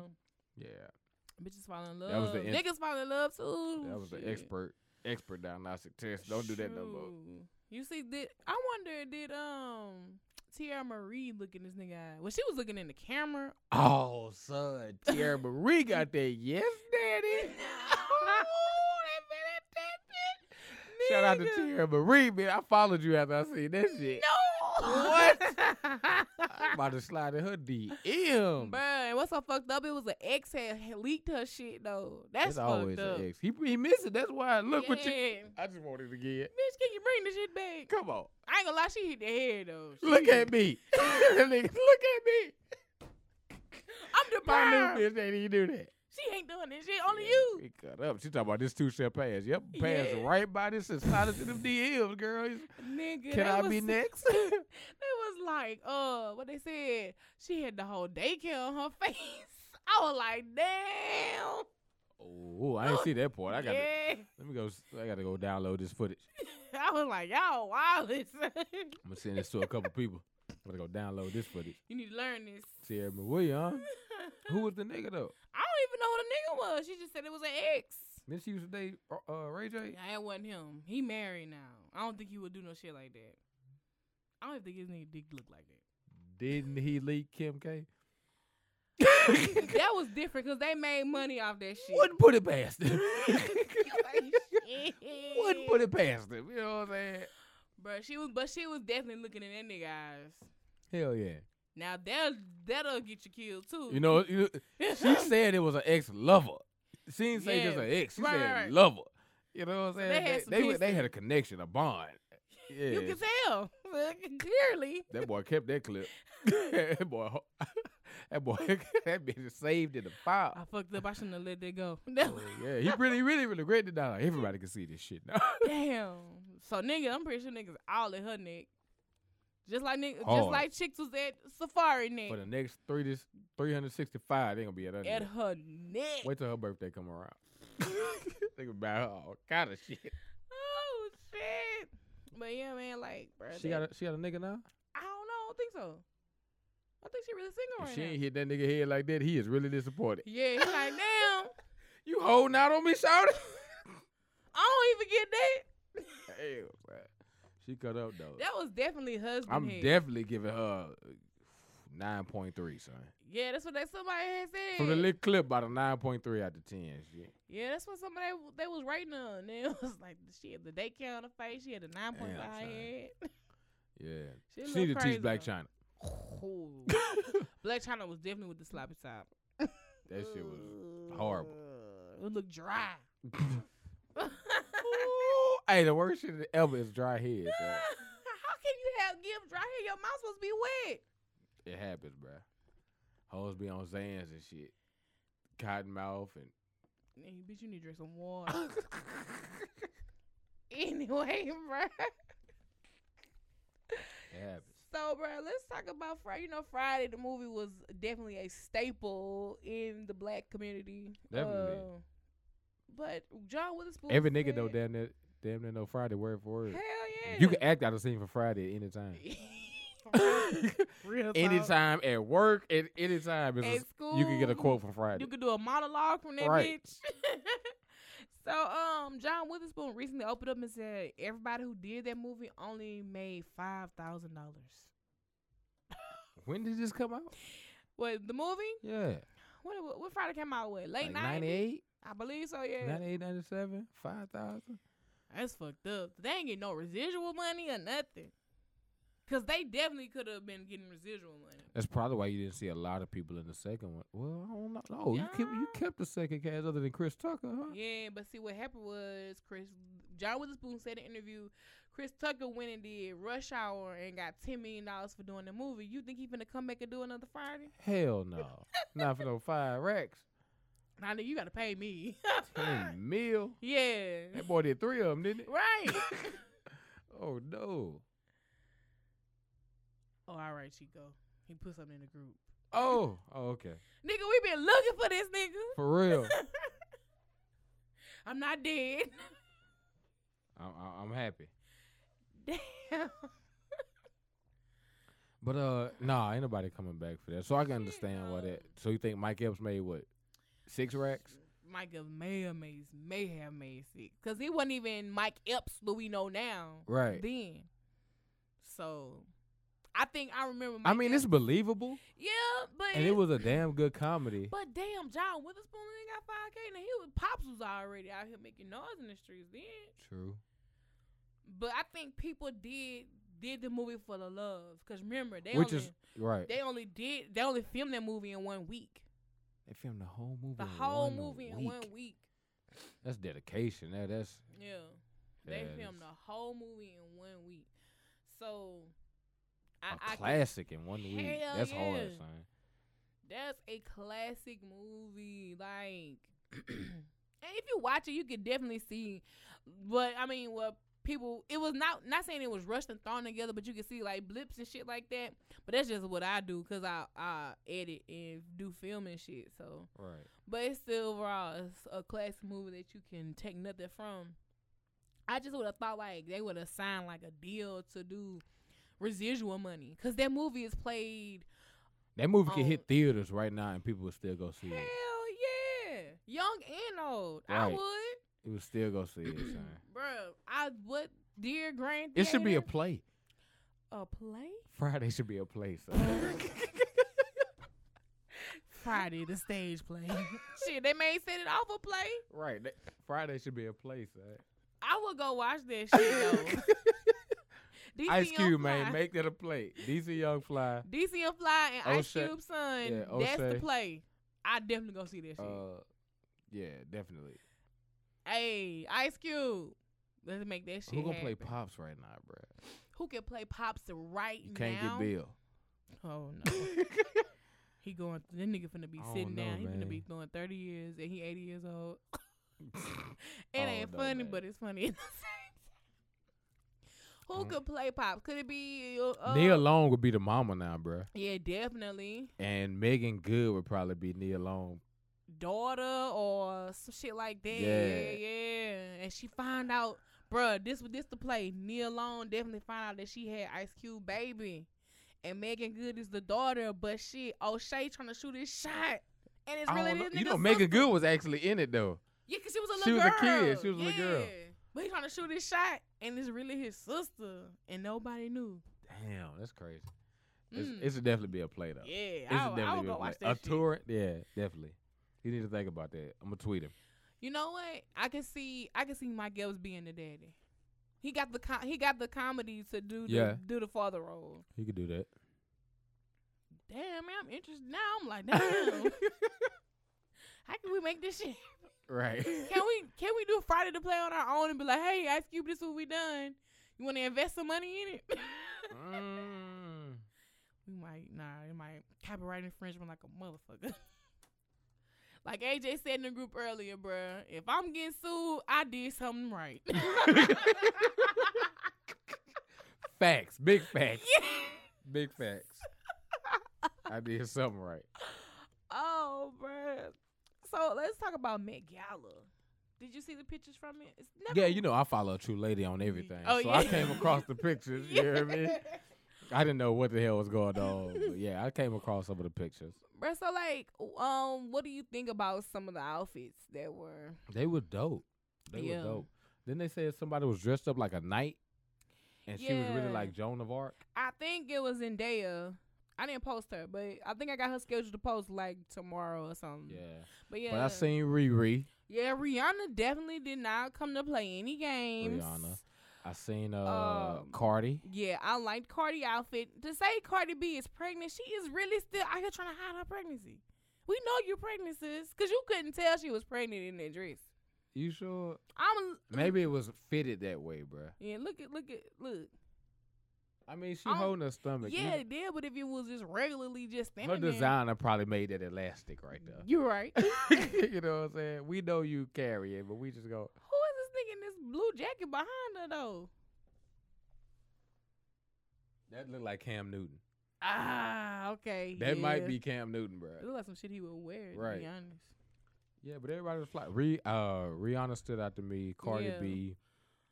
C: yeah.
B: Bitches fall in love.
C: That was the in-
B: Niggas fall in love too.
C: That was an
B: Oh, Shit.
C: expert, expert diagnostic test. Don't do that no more.
B: Shoot. You see, did I wonder did um Tiara Marie look in this nigga eye? Well, she was looking in the camera.
C: Oh, son. Tierra Marie got that.
B: Ooh,
C: Yes, daddy.
B: that bitch, that bitch.
C: Shout out to
B: Nigga.
C: Tierra Marie, man. I followed you after I seen that shit.
B: No.
C: What? I'm about to slide in her DM.
B: Bruh, and what's so fucked up? It was an ex had leaked her shit though. That's
C: it's
B: fucked
C: always
B: up.
C: an ex. He, he missed it. That's why I look what you.
B: Yeah.
C: I just want it again.
B: Bitch, can you bring the shit back?
C: Come on.
B: I ain't gonna lie, she hit the head though. She
C: Look
B: hit-
C: at me. That nigga, look at me.
B: I'm
C: My
B: deprived.
C: new bitch ain't even do that.
B: She ain't doing this shit. Only
C: Yeah,
B: you.
C: It cut up. She talking about this two step pass. Yep, pass
B: Yeah.
C: right by this and slide into them DMs, girl. It's-
B: Nigga,
C: Can
B: that
C: I
B: was,
C: be next?
B: They was like, uh, what they said. She had the whole daycare on her face. I was like, damn.
C: oh, I ain't see that part. I got. to
B: yeah.
C: Let me go. s- I got to go download this footage.
B: I was like, y'all wild.
C: I'm gonna send this to a couple people. I'm gonna go download this footage.
B: you need to learn this.
C: Tierra Marie, huh?
B: I
C: Who was the nigga though?
B: don't even know who the nigga was. She just said it was an ex.
C: Then she used to date uh, uh, Ray J.
B: Nah, it wasn't him. He married now. I don't think he would do no shit like that. I don't even think his nigga dick look like that.
C: Didn't he leak Kim K?
B: that was different because they made money off that shit.
C: Wouldn't put it past him. Wouldn't
B: Wouldn't
C: put it past him. You know what I'm saying?
B: Bruh, she was, but she was definitely looking in that nigga eyes.
C: Hell yeah.
B: Now that that'll get you killed too.
C: You know, you she said it was an ex lover. She didn't say just
B: Yeah.
C: an ex. She
B: Right,
C: said
B: right, right.
C: lover. You know what I'm
B: they
C: saying?
B: had
C: They
B: some
C: they, were- they,
B: history.
C: had a connection, a bond. Yeah.
B: you can tell clearly.
C: that boy kept that clip. that boy, that boy, that bitch is saved in the file.
B: I fucked up. I shouldn't have let that go. That was-
C: Yeah, he really, really, really regretted that. Like, everybody can see this shit now.
B: Damn. So nigga, I'm pretty sure niggas all at her neck. Just like nigga, just
C: Hard.
B: like chicks was at Safari neck.
C: For the next three to three hundred sixty-five, they gonna be at her.
B: At
C: neck.
B: her neck.
C: Wait till her birthday come around. they gonna buy her all kind of shit.
B: Oh shit. But yeah, man, like, bruh.
C: She
B: that-
C: got a, she got a nigga now.
B: I don't know. I don't think so. I think she really single
C: If
B: right
C: she
B: now.
C: ain't hit that nigga head like that, he is really disappointed.
B: Yeah, he's like, damn,
C: You holding out on me, shawty?
B: I don't even get that.
C: Damn, man. She cut up though.
B: That was definitely husband.
C: I'm
B: head.
C: definitely giving her uh, nine point three, son.
B: Yeah, that's what that somebody had said.
C: From the little clip, about a nine point three out of ten. Shit.
B: yeah, that's what somebody w- they was writing on. And it was like she had the daycare on her face. She had a nine point five
C: son.
B: head.
C: Yeah,
B: She,
C: she
B: looked
C: need to
B: crazy,
C: teach Black
B: though.
C: China.
B: Ooh. Black China was definitely with the sloppy top.
C: That shit was horrible.
B: horrible. It looked dry.
C: Ooh, hey, the worst shit ever is dry head. son.
B: How can you have give dry hair? Your mouth supposed to be wet.
C: It happens, bruh. Hoes be on Zans and shit, cotton mouth and.
B: Hey, bitch, you need to drink some water. anyway, bruh.
C: It happens.
B: So, bro, let's talk about Friday. You know, Friday the movie was definitely a staple in the black community.
C: Definitely.
B: Uh, but John Witherspoon.
C: Every nigga know
B: said-
C: damn near, damn near know Friday word for word.
B: Hell yeah.
C: You can act out a scene for Friday at any
B: can.
C: time. anytime at work, at any time, it's a-
B: At school.
C: you can get a quote from Friday.
B: You could do a monologue from that
C: Right.
B: bitch. so, um, John Witherspoon recently opened up and said everybody who did that movie only made five thousand dollars.
C: When did this come out?
B: What the movie?
C: Yeah,
B: What, what what Friday came out with? Late
C: like
B: night.
C: 98,
B: I believe so. Yeah.
C: 98, 97, 5,000.
B: That's fucked up. They ain't getting no residual money or nothing. Cause they definitely could have been getting residual money.
C: That's probably why you didn't see a lot of people in the second one. Well, I don't know. No, you kept you
B: Yeah.
C: kept the second cast other than Chris Tucker, huh?
B: Yeah, but see what happened was Chris John Witherspoon said in an interview, Chris Tucker went and did Rush Hour and got ten million dollars for doing the movie. You think he finna come back and do another Friday?
C: Hell no, not for no five racks.
B: I know you gotta pay me.
D: Ten mil.
B: yeah.
D: That boy did three of them, didn't it?
B: Right.
D: Oh no.
B: oh, all right, Chico. He put something in the group.
D: Oh. Oh okay.
B: Nigga, we been looking for this nigga.
D: For real.
B: I'm not dead.
D: I'm, I'm happy.
B: Damn.
C: But uh, nah, ain't nobody coming back for that. So I can understand why that. So you think Mike Epps made what six racks?
B: Micah may have made may have made six because he wasn't even Mike Epps who we know now.
C: Right.
B: Then, so I think I remember. Mike
C: I mean, it's
B: Epps-
C: believable,
B: yeah, but
C: and it
B: it's-
C: was a damn good comedy.
B: But damn, John Witherspoon ain't got five K. Now he was pops was already out here making noise in the streets then.
C: True.
B: But I think people did did the movie for the love because remember they
C: Which
B: only
C: is- Right. They,
B: they only did they only filmed that movie in one week.
C: filmed the whole movie.
B: The
C: in
B: whole
C: one
B: movie in
C: week.
B: one week.
C: That's dedication. That that's
B: Yeah. They
C: Yeah,
B: filmed
C: that's-
B: the whole movie in one week. So
C: a
B: I, I can-
C: classic in one week.
B: Hell
C: That's
B: yeah.
C: hard, son.
B: that's a classic movie. Like and if you watch it, you can definitely see but I mean what people it was not not saying it was rushed and thrown together, but you can see like blips and shit like that. But that's just what I do because I, I edit and do film and shit. So
C: Right.
B: But it's still overall it's a classic movie that you can take nothing from. I just would have thought like they would have signed like a deal to do residual money because that movie is played.
C: That movie can
B: Um,
C: hit theaters right now, and people will still go see
B: Hell
C: it.
B: yeah, young and old. I
C: Right.
B: would,
C: It will still go see it, son.
B: bruh. I would. Dear Grand.
C: It should be a
B: Theater,
C: play.
B: a play.
C: Friday should be a play, son.
B: Friday the stage play. Shit, they may set it off a play.
C: right. that- Friday should be a play, son.
B: I would go watch that shit though. DC
C: Ice
B: on
C: Cube,
B: Fly.
C: man, make that a play. DC Young Fly.
B: DC and Fly and Ice
C: O'Shea-
B: Cube son.
C: yeah,
B: that's the
C: O'Shea.
B: play. I definitely go see that shit.
C: Uh, yeah, definitely.
B: hey, Ice Cube. Let's make that shit.
C: Who gonna play
B: happen.
C: pops right now, bruh?
B: Who can play Pops right
C: You can't
B: now?
C: get Bill.
B: Oh no. he going that nigga finna be
C: I
B: sitting
C: don't know,
B: down. He finna
C: man.
B: be going thirty years and he eighty years old. it
C: don't
B: ain't
C: know,
B: funny,
C: man.
B: but it's funny at the same time. Who
C: Mm.
B: could play Pops? Could it be uh, uh,
C: Nia Long would be the mama now, bruh.
B: Yeah, definitely.
C: And Megan Good would probably be Nia Long.
B: daughter or some shit like that. Yeah, yeah,
C: Yeah.
B: yeah. And she find out, bruh, this was this the play. Nia Long definitely find out that she had Ice Cube baby, and Megan Good is the daughter. But shit, O'Shea trying to shoot his shot, and it's
C: I
B: really
C: don't know.
B: this
C: You
B: nigga's
C: know, Megan
B: sister.
C: Good was actually in it though.
B: Yeah, cause she was a
C: she
B: little
C: was
B: girl.
C: a kid. She was a little girl.
B: Yeah. But he trying to shoot his shot, and it's really his sister, and nobody knew.
C: Damn, that's crazy. It's,
B: Mm.
C: it should definitely be a play though.
B: yeah,
C: It should
B: I, would- I
C: definitely
B: would
C: be
B: go
C: a play.
B: watch that
C: A
B: shit.
C: tour, yeah, definitely. You need to think about that. I'm gonna tweet him.
B: You know what? I can see I can see Mike Epps being the daddy. He got the com- he got the comedy to do the,
C: Yeah.
B: do the father role.
C: You could do that.
B: Damn, man, I'm interested now. I'm like, damn. How can we make this shit?
C: Right.
B: Can we can we do Friday to play on our own and be like, hey, Ice Cube, this what we done. You want to invest some money in it?
C: Mm.
B: we might nah, it might copyright infringement like a motherfucker. like AJ said in the group earlier, bruh, if I'm getting sued, I did something right.
C: Mm. Facts. Big facts. Big facts. I did something right.
B: Oh, bruh. So let's talk about Met Gala. Did you see the pictures from it? It's never
C: Yeah, you know I follow a true lady on everything.
B: Oh,
C: so I
B: yeah.
C: came across the pictures. You know what I mean? I didn't know what the hell was going on. But yeah, I came across some of the pictures.
B: Bruh, so like, um, what do you think about some of the outfits that were?
C: They were dope. They
B: Yeah.
C: were dope. Then they said somebody was dressed up like a knight and she was
B: Yeah.
C: really like Joan of Arc.
B: I think it was Zendaya. I didn't post her, but I think I got her scheduled to post like tomorrow or something.
C: Yeah.
B: But yeah,
C: But I seen Riri.
B: yeah, Rihanna definitely did not come to play any games.
C: Rihanna. I seen uh
B: Um,
C: Cardi.
B: Yeah, I liked Cardi outfit. To say Cardi B is pregnant, she is really still out here trying to hide her pregnancy. We know you're pregnant, sis, because you couldn't tell she was pregnant in that dress.
C: You sure?
B: I'm
C: Maybe it was fitted that way, bruh.
B: yeah. Look at look at look.
C: I mean, she
B: I'm-
C: holding her stomach. You-
B: yeah, it did. But if it was just regularly just
C: her
B: standing
C: designer probably made that elastic right
B: there,
C: there.
B: you're right. Who is
C: you know what I'm saying? We know you carry it, but we just go.
B: this nigga in this blue jacket behind her though?
C: That look like Cam Newton.
B: Ah, okay.
C: That
B: yeah.
C: might be Cam Newton, bro.
B: It look like some shit he would wear. To
C: Right.
B: be honest.
C: Yeah, but everybody was fly. Re, uh, Rihanna stood out to me. Cardi
B: Yeah.
C: B.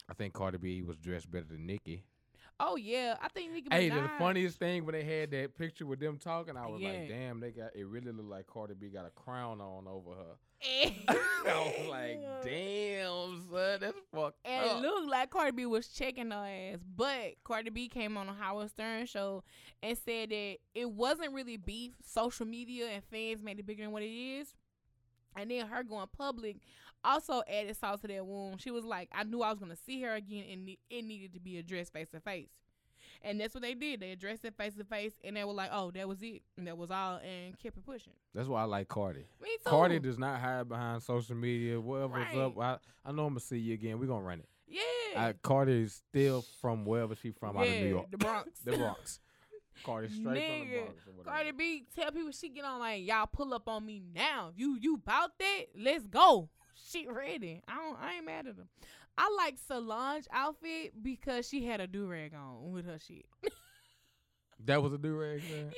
C: I think Cardi B was dressed better than Nicki.
B: Oh yeah, I think Nicki Minaj.
C: Hey, the funniest thing when they had that picture with them talking, I was
B: Yeah.
C: like, damn, they got it really looked like Cardi B got a crown on over her. I was like,
B: Yeah.
C: damn, son, that's fucked
B: And
C: up.
B: it looked like Cardi B was checking her ass, but Cardi B came on a Howard Stern show and said that it wasn't really beef. Social media and fans made it bigger than what it is. And then her going public also added salt to that wound. She was like, I knew I was going to see her again, and it- it needed to be addressed face to face. And that's what they did. They addressed it face to face, and they were like, oh, that was it. And that was all, and kept it pushing.
C: that's why I like Cardi.
B: Me too.
C: Cardi does not hide behind social media. Whatever's
B: Right.
C: up, I, I know I'm gonna see you again. We're gonna run it.
B: yeah.
C: I, Cardi is still from wherever she from out of
B: Yeah,
C: New York.
B: The Bronx.
C: The Bronx. Cardi straight from the
B: Nigga,
C: Bronx. or whatever.
B: Cardi B tell people she get on like y'all pull up on me now. You you bout that? Let's go. She ready. I don't. I ain't mad at them. I like Solange outfit because she had a do rag on with her shit.
C: That was a do rag.
B: Yeah, she had a do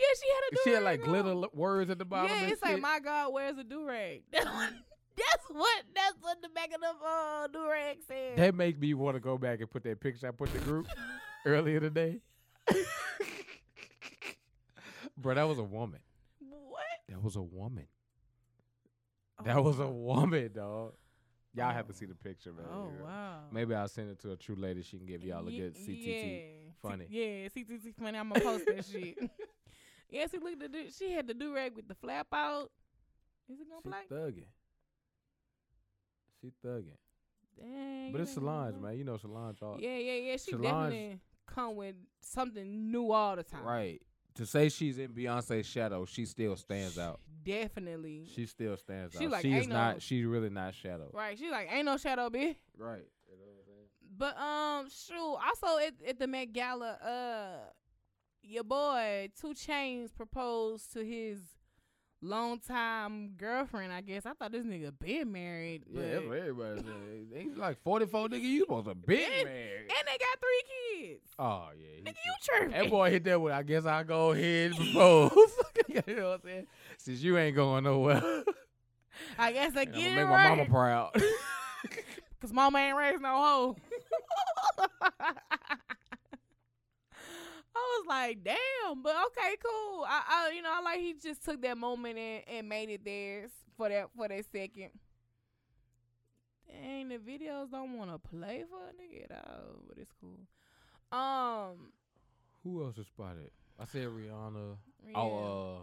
B: rag.
C: She had like glitter li- words at the bottom.
B: Yeah,
C: and
B: it's like
C: shit.
B: my God, where's a do rag? That's what. That's what the back of the uh, do rag said.
C: That make me want to go back and put that picture I put in the group earlier today. Bro, that was a woman.
B: what?
C: That was a woman. That was a woman, dog. Y'all have to see the picture, man.
B: Oh wow.
C: Maybe I'll send it to a true lady. She can give y'all a
B: Ye-
C: good CTT.
B: yeah.
C: funny.
B: C- yeah, CTT funny. I'm gonna post that shit. Yeah, see, look, the dude, she had the do rag with the flap out. Is it gonna
C: She
B: play?
C: thugging. She thugging.
B: Dang,
C: But
B: it
C: it's
B: ain't gonna
C: Solange,
B: play.
C: man. You know Solange. All,
B: Yeah, yeah, yeah. She
C: Solange-
B: definitely come with something new all the time.
C: Right. To say she's in Beyonce's shadow, she still stands out.
B: Definitely.
C: She still stands
B: She
C: out.
B: like,
C: she is
B: ain't no-
C: not. She's really not shadow.
B: right. She like ain't no shadow, bitch.
C: Right.
B: But um, shoot. Also, at, at the Met Gala, uh, your boy Two Chains proposed to his longtime girlfriend. I guess I thought this nigga been married.
C: Yeah,
B: but-
C: that's what everybody said. He's like 44, nigga. You supposed to be
B: Yeah.
C: married.
B: and they got three kids.
C: Oh, yeah. he-
B: Nigga, you tripping?
C: That boy hit that with, I guess I'll go ahead and propose. you know what I'm saying? Since you ain't going nowhere.
B: I guess they
C: And
B: get
C: I'm
B: it
C: make
B: right.
C: my mama proud.
B: Cause mama ain't raised no hoe. I was like, damn, but okay, cool. I, I you know, I like he just took that moment and, and made it theirs for that for that second. Dang, the videos don't wanna play for a nigga at all, but it's cool. Um
C: Who else is spotted? I said Rihanna.
B: yeah.
C: Oh, uh,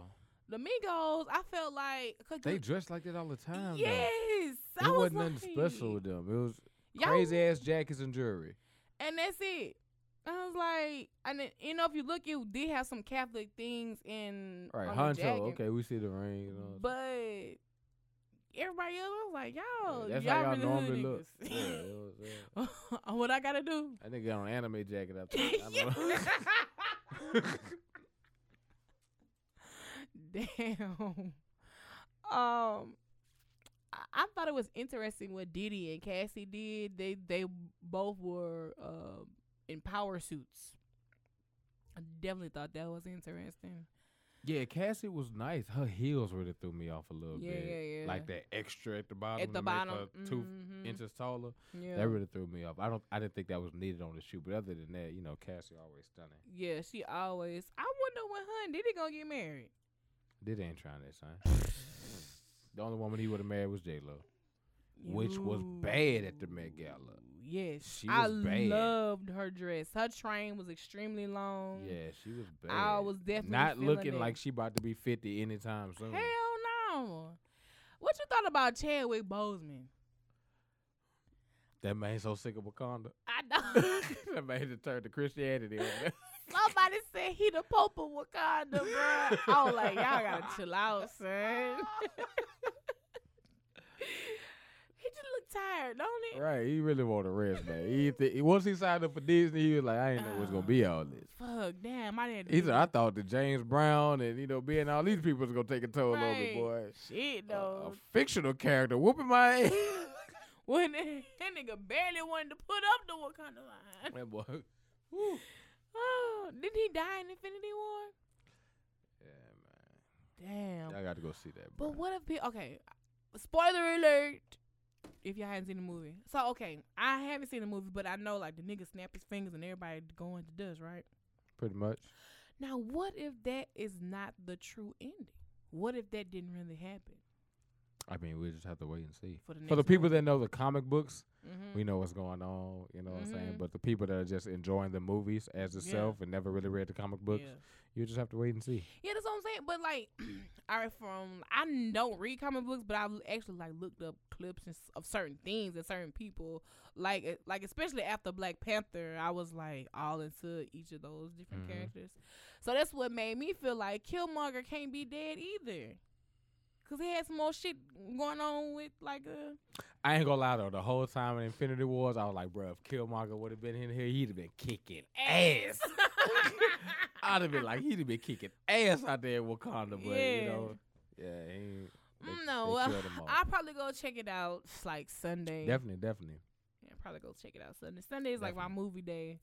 B: the Migos, I felt like cause
C: they
B: you-
C: dress like that all the time. though.
B: Yes. I
C: It
B: was
C: wasn't nothing special
B: like,
C: with them. It was
B: y'all
C: crazy ass jackets and jewelry.
B: and that's it. I was like, and then, you know, if you look, it did have some Catholic things in
C: All right,
B: on Oh, the jacket,
C: Honcho. Okay, we see the ring. You know. what I'm
B: but everybody else, I was like, y'all,
C: Yeah, that's
B: y'all,
C: how y'all
B: really
C: normally
B: Oh, hood niggas.
C: look. Yeah, you know what I'm saying?
B: what I gotta do?
C: I think got an anime jacket up there.
B: Yeah.
C: I don't know.
B: Damn. Um, I, I thought it was interesting what Diddy and Cassie did. They they both were um in power suits. I definitely thought that was interesting.
C: yeah, Cassie was nice. Her heels really threw me off a little
B: Yeah,
C: bit.
B: yeah, yeah.
C: Like that extra at the bottom.
B: At the
C: to make
B: bottom,
C: her 2
B: mhm.
C: inches taller.
B: Yeah.
C: That really threw me off. I don't. I didn't think that was needed on the shoe. But other than that, you know, Cassie always stunning.
B: yeah, she always. I wonder when her and Diddy gonna get married.
C: Did ain't trying that, son. the only woman he would have married was J Lo, which was bad at the Met Gala.
B: Yes,
C: She
B: I
C: was bad.
B: loved her dress. Her train was extremely long.
C: Yeah, she was bad.
B: Mm. I was definitely
C: not
B: feeling
C: looking
B: it.
C: like she about to be fifty anytime soon.
B: Hell no. What you thought about Chadwick Boseman?
C: That man so sick of Wakanda.
B: I know
C: that man just turned to Christianity. on her.
B: somebody said he the Pope of Wakanda, bro. I was like, y'all gotta chill out, son. he just looked tired, don't he?
C: Right, he really want to rest, man. He th- once he signed up for Disney, he was like, I ain't know what's gonna be
B: Uh-huh.
C: all this.
B: Fuck, damn, I didn't.
C: He said, I thought that James Brown and you know, being all these people was gonna take a toll on me,
B: Right.
C: boy.
B: Shit,
C: A,
B: though.
C: a fictional character whooping my ass.
B: when that nigga barely wanted to put up the Wakanda line.
C: Man, boy.
B: Oh, did he die in Infinity War?
C: Yeah,
B: Damn.
C: man. I got to go see that. Bro.
B: But what if people? Okay, spoiler alert. If y'all hadn't seen the movie, so okay, I haven't seen the movie, but I know like the nigga snapped his fingers and everybody going to dust, right?
C: Pretty much.
B: Now, what if that is not the true ending? What if that didn't really happen
C: I mean, we just have to wait and see.
B: for the next
C: For the people that know the comic books,
B: mm-hmm.
C: we know what's going on. You know what I'm saying?
B: Mhm.
C: But the people that are just enjoying the movies as
B: Yeah.
C: itself and never really read the comic books,
B: Yeah.
C: you just have to wait and see.
B: Yeah, that's what I'm saying. But like, I from I don't read comic books, but I've actually like looked up clips and, s- of certain things and certain people. Like, uh, like especially after Black Panther, I was like all into each of those different
C: Mhm.
B: characters. So that's what made me feel like Killmonger can't be dead either, cause he had some more shit going on with like uh
C: I ain't gonna lie though, the whole time in Infinity Wars, I was like, bro, if Killmonger would have been in here, he'd have been kicking ass. I'd have been like, he'd have been kicking ass out there in Wakanda, but
B: Yeah.
C: you know, yeah, he ain't- they-
B: Mm,
C: they
B: no, well,
C: killed him off.
B: I'll probably go check it out like Sunday.
C: definitely, definitely.
B: Yeah, probably go check it out Sunday. Sunday is like my movie day.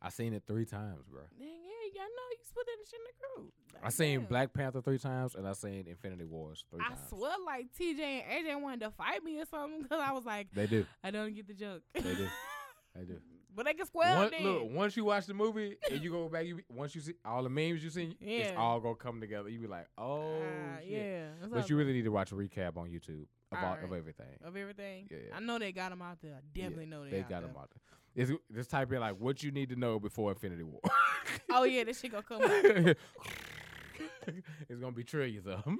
C: I seen it three times, bro.
B: Then yeah, y'all know you split that shit in the crew.
C: I seen
B: damn.
C: Black Panther three times, and I seen Infinity Wars three
B: I
C: times.
B: swear, like TJ and AJ wanted to fight me or something because I was like,
C: They do,
B: I don't get the joke.
C: They do. they do.
B: but they can square
C: One-
B: then.
C: look, once you watch the movie and you go back, you be- once you see all the memes you seen, it's
B: Yeah.
C: all gonna come together. You be like,
B: Ah,
C: oh, shit.
B: yeah. That's what
C: But you really need to watch a recap on YouTube of, all, of
B: Alright.
C: everything.
B: of everything.
C: Yeah, yeah.
B: I know they got them out there. I definitely know they,
C: They
B: out
C: got
B: there.
C: them out there. It's, just type in like what you need to know before Infinity War.
B: Oh yeah, this shit gonna come out.
C: it's gonna be trillions of them.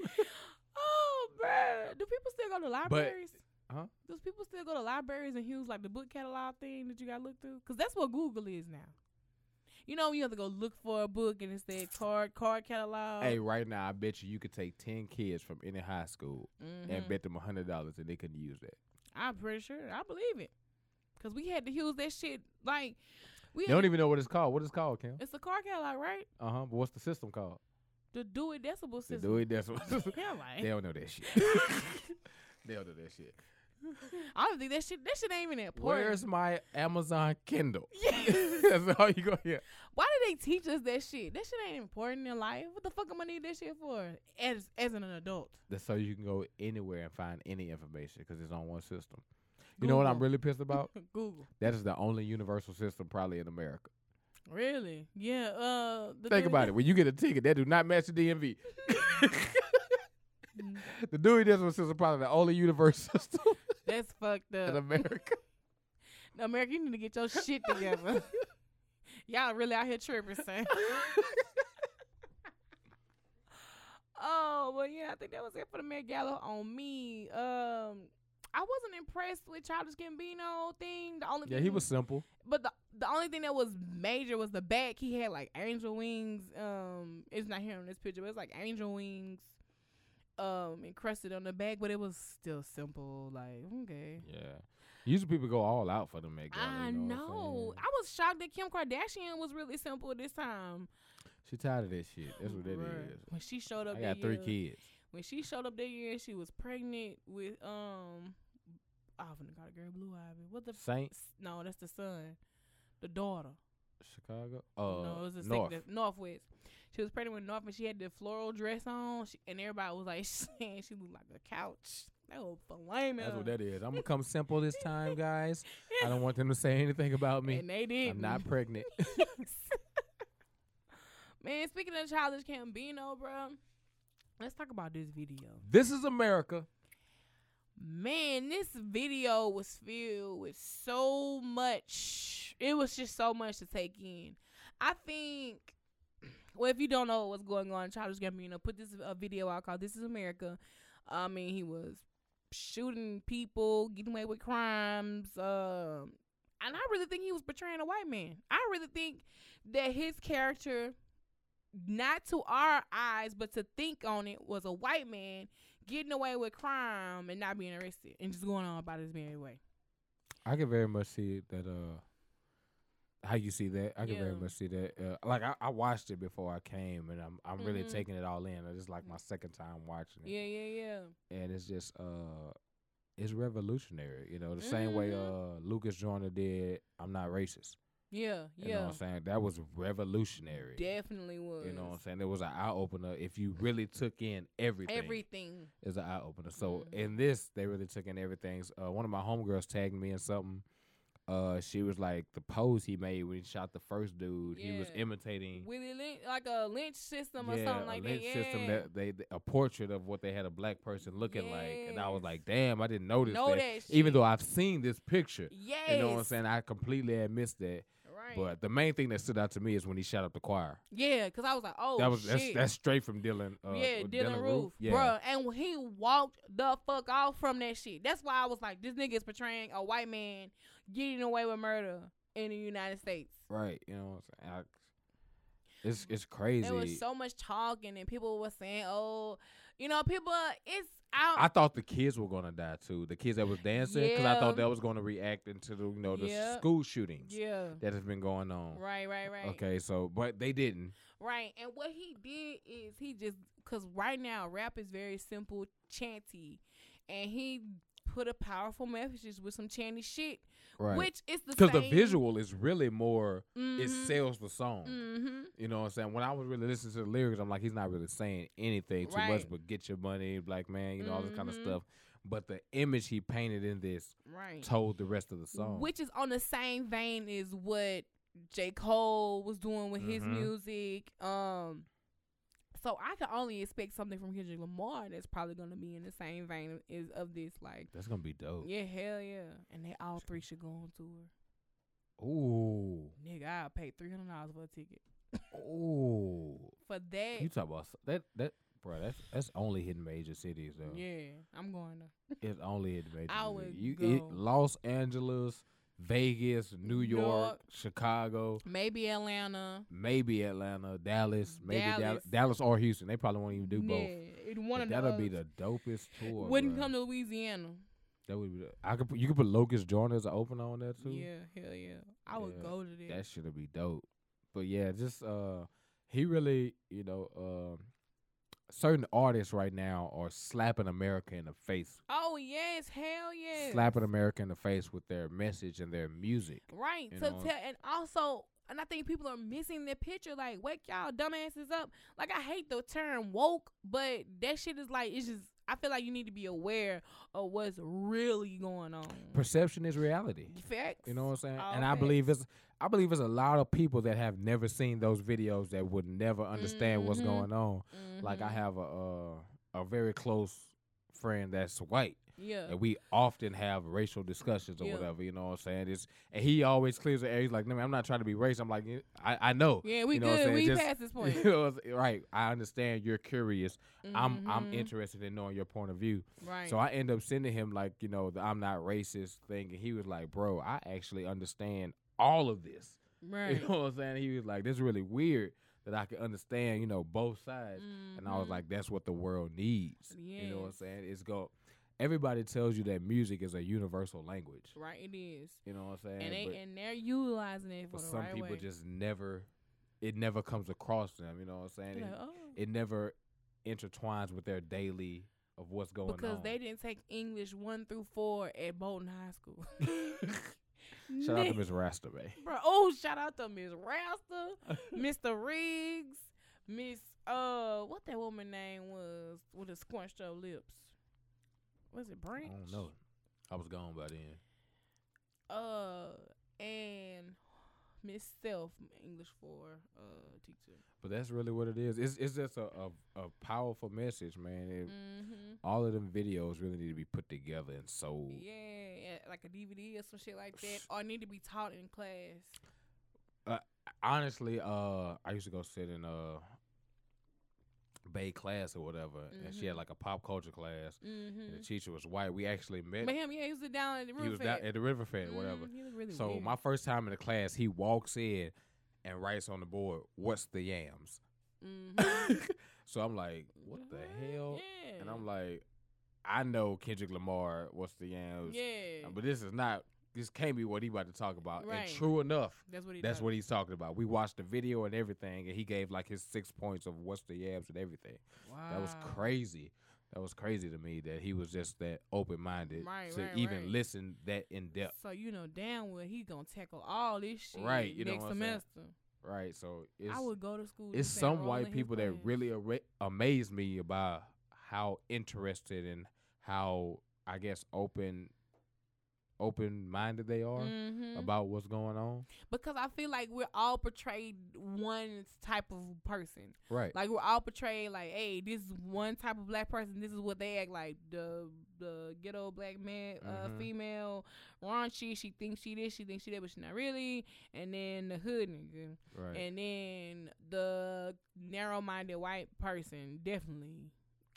B: Oh, bruh. Do people still go to libraries?
C: Huh?
B: Do people still go to libraries and use like the book catalog thing that you gotta look through? Cause that's what Google is now. You know, you have to go look for a book and it said card card catalog.
C: hey, right now I bet you you could take ten kids from any high school
B: Mhm.
C: and bet them a hundred dollars and they couldn't use that.
B: I'm pretty sure. I believe it. Cause we had to use that shit like we.
C: They don't even know what it's called. What it's called, Kim?
B: it's a car catalog, right?
C: Uh huh. But what's the system called?
B: The Dewey Decibel
C: The
B: system.
C: Dewey Decimal.
B: Yeah,
C: they
B: like
C: don't know that shit. they don't know that shit.
B: I don't think that shit. That shit ain't even important.
C: Where's my Amazon Kindle?
B: Yes.
C: That's all you go hear.
B: Why do they teach us that shit? That shit ain't important in life. What the fuck am I need that shit for? As as an adult.
C: That's so you can go anywhere and find any information because it's on one system. You know what I'm
B: Google.
C: really pissed about?
B: Google.
C: that is the only universal system probably in America.
B: Really? Yeah. Uh. The
C: Think about it. When you get a ticket, that do not match the DMV. the Dewey Decimal System probably the only universal system
B: That's fucked
C: in
B: up.
C: America.
B: America, you need to get your shit together. Y'all really out here tripping, son. oh, well, yeah, I think that was it for the Met Gala on me. Um, I wasn't impressed with Childish Gambino thing. The only
C: Yeah,
B: thing
C: he was simple.
B: but the the only thing that was major was the back. He had like angel wings. Um, it's not here on this picture, but it's like angel wings, um, encrusted on the back. But it was still simple. Like okay,
C: Yeah. Usually people go all out for the Met Gala.
B: I
C: you know. what I'm
B: know.
C: saying?
B: I was shocked that Kim Kardashian was really simple this time.
C: She tired of that shit. That's what it
B: Bruh.
C: is.
B: When she showed up,
C: I
B: that
C: got three
B: year-
C: kids.
B: When she showed up that year, she was pregnant with um, I haven't got a girl blue ivy. What the? F-
C: Saint
B: no, that's the son, the daughter.
C: Chicago.
B: no, it
C: Uh,
B: was a
C: North.
B: sickness. Northwest. She was pregnant with North, and she had the floral dress on, she, and everybody was like saying she looked like a couch. That was flaming.
C: That's what that is. I'm gonna come simple this time, guys. I don't want them to say anything about me.
B: And they did.
C: I'm not pregnant.
B: Man, speaking of childish Cambino, bro, let's talk about this video.
C: this is America.
B: Man, this video was filled with so much. It was just so much to take in. I think. Well, if you don't know what's going on, Childish Gambino put this uh, video out called "This Is America." I mean, he was shooting people, getting away with crimes, um, and I really think he was portraying a white man. I really think that his character, not to our eyes, but to think on it, was a white man getting away with crime and not being arrested and just going on about his merry way.
C: I can very much see that. Uh, how you see that? I can very
B: Yeah.
C: much see that. Uh, like I, I watched it before I came, and I'm I'm really
B: Mhm.
C: taking it all in. It's like my second time watching it,
B: Yeah, yeah, yeah.
C: and it's just uh, it's revolutionary. You know, the same way uh
B: Mm-hmm.
C: Lucas Joyner did. I'm not racist.
B: Yeah,
C: You know
B: yeah.
C: what I'm saying? That was revolutionary.
B: Definitely was.
C: You know what I'm saying? It was an eye opener if you really took in everything.
B: Everything.
C: is an eye opener. So
B: Mhm.
C: in this, they really took in everything. S- Uh, one of my homegirls tagged me in something. Uh, she was like the pose he made when he shot the first dude. He was
B: Yeah.
C: imitating
B: Willie Lynch, like a lynch system or
C: yeah,
B: something
C: a
B: like
C: lynch
B: that.
C: system
B: yeah.
C: that they a portrait of what they had a black person looking like, and I was
B: Yes.
C: like, damn, I didn't notice
B: Know
C: that.
B: that
C: Even
B: shit.
C: though I've seen this picture,
B: Yes.
C: you know what I'm saying? I completely had missed that.
B: Right.
C: But the main thing that stood out to me is when he shot up the choir.
B: yeah, because I was like, oh,
C: that was
B: shit.
C: that's that's straight from Dylan. Uh,
B: yeah,
C: uh,
B: Dylan, Roof,
C: Yeah.
B: bruh. And when he walked the fuck off from that shit. That's why I was like, this nigga is portraying a white man getting away with murder in the United States.
C: Right. You know what I'm saying? I- it's it's crazy.
B: There Mm. was so much talking, and people were saying, oh, you know, people, it's out.
C: I thought the kids were gonna die too. The kids that was dancing, because I
B: Yeah.
C: thought that was gonna react into the you know the
B: Yeah.
C: school shootings
B: yeah.
C: that have been going on.
B: Right, right, right.
C: Okay, so but they didn't.
B: Right. And what he did is he just cuz right now rap is very simple, chanty. And he put a powerful messages with some chanty shit,
C: Right.
B: which is the
C: Because
B: same
C: the visual is really more it
B: Mhm.
C: sells the song.
B: Mhm.
C: You know what I'm saying? When I was really listening to the lyrics, I'm like, he's not really saying anything too
B: Right.
C: much, but get your money, black man, you know, all this kind of
B: Mhm.
C: stuff. But the image he painted in this
B: Right.
C: told the rest of the song.
B: Which is on the same vein as what J. Cole was doing with his
C: Mhm.
B: music. Um so I can only expect something from Kendrick Lamar that's probably gonna be in the same vein is of this, like
C: That's gonna be dope.
B: yeah, hell yeah. And they all three should go on tour.
C: Ooh.
B: Nigga, I'll pay three hundred dollars for a ticket.
C: Ooh.
B: For that
C: You talk about s- that that bro. That's that's only hitting major cities though.
B: Yeah, I'm going to
C: It's only hitting major.
B: I
C: cities.
B: would
C: you
B: go.
C: It, Los Angeles, Vegas, New York,
B: York.
C: Chicago,
B: maybe Atlanta.
C: maybe Atlanta, Dallas, maybe Dallas.
B: Dallas.
C: Dallas, or Houston. They probably won't even do both.
B: Yeah, it one
C: But
B: of
C: that'll be
B: those.
C: the dopest tour.
B: Wouldn't
C: bruh.
B: come to Louisiana.
C: That would be. The, I could. Put, you could put Locust Joyner as an opener on that too.
B: Yeah, hell yeah. I would
C: Yeah,
B: go to that.
C: That shit'll be dope. But yeah, just uh he really, you know, um certain artists right now are slapping America in the face.
B: oh yes, hell yeah.
C: Slapping America in the face with their message and their music.
B: Right.
C: you
B: So
C: know.
B: tell and also and I think people are missing the picture. Like, wake y'all dumbasses up. Like I hate the term woke, but that shit is like it's just I feel like you need to be aware of what's really going on.
C: Perception is reality.
B: Facts.
C: You know what I'm saying?
B: All
C: and I believe it's I believe it's a lot of people that have never seen those videos that would never understand what's
B: Mhm.
C: going on. Like I
B: Mhm.
C: have a uh, a very close friend that's white
B: Yeah.
C: and we often have racial discussions or
B: Yeah.
C: whatever. You know what I'm saying? It's and he always clears the air. He's like, "No, man, I'm not trying to be racist." I'm like, "Yeah, "I, I know."
B: Yeah, we
C: you know what I'm
B: good.
C: saying?
B: We
C: Just-
B: past this point.
C: You know what I'm saying? right? I understand you're curious. I'm I'm
B: Mhm.
C: interested in knowing your point of view.
B: Right.
C: So I end up sending him like you know the I'm not racist thing, and he was like, "Bro, I actually understand all of this."
B: right.
C: You know what I'm saying? He was like, "This is really weird that I can understand you know both sides." And I was
B: Mhm.
C: like, that's what the world needs. You know what I'm
B: Yes.
C: saying? It's go. Everybody tells you that music is a universal language.
B: right, it is,
C: You know what I'm saying?
B: and they
C: but
B: and they're utilizing it for
C: but
B: the
C: some
B: right
C: people
B: way.
C: just never, it never comes across them. You know what I'm saying?
B: They're
C: And
B: like, oh,
C: It never intertwines with their daily of what's going
B: because
C: on.
B: they didn't take English one through four at Bolton High School.
C: Shout out to
B: Nick,
C: Miss Rastabe.
B: bro. Oh, shout out to Miss Rasta, Mr. Riggs, Miss uh, what that woman name was with the squunched up lips. Was it
C: I
B: Branch?
C: don't know. I was gone by then.
B: Uh, and Miss Self, English for uh teacher.
C: But that's really what it is. It's it's just a a, a powerful message, man. It,
B: Mm-hmm.
C: All of them videos really need to be put together and sold.
B: Yeah, yeah, like a DVD or some shit like that, or need to be taught in class.
C: honestly, uh, I used to go sit in uh Bay class or whatever, and she had like a pop culture class, and
B: Mm-hmm.
C: the teacher was white. We actually met.
B: But him, yeah, he was down in the room.
C: he was down at the River Fed, whatever.
B: he was Mm, really
C: so
B: weird.
C: my first time in the class, he walks in and writes on the board, "What's the yams?"
B: Mhm.
C: so I'm like, "What the
B: What?
C: hell?"
B: Yeah.
C: And I'm like, "I know Kendrick Lamar, What's the yams?"
B: yeah,
C: But this is not. this can't be what he about to talk about.
B: Right.
C: And true enough,
B: That's what he.
C: that's
B: does.
C: what he's talking about. We watched the video and everything, and he gave like his six points of what's the yabs and everything.
D: Wow.
C: That was
B: Ah.
C: crazy. That was crazy to me that he was just that open minded
B: Right,
C: to
B: right,
C: even
B: right.
C: listen that in depth.
B: So you know damn well he's gonna tackle all this shit
C: Right, you know
B: next
C: what I'm saying?
B: semester.
C: Right. So it's
B: I would go to school.
C: it's
B: just say
C: some
B: roll in
C: white
B: his
C: people that
B: class.
C: really ara- amaze me about how interested and how I guess open open minded they are
B: Mhm.
C: about what's going on.
B: because I feel like we're all portrayed one type of person.
C: Right.
B: Like we're all portrayed like, hey, this is one type of black person. This is what they act like. The the ghetto black man, uh,
C: Mhm.
B: female, raunchy. She thinks she this, she thinks she that, but she not really. And then the hood nigga,
C: right.
B: and then the narrow minded white person, definitely.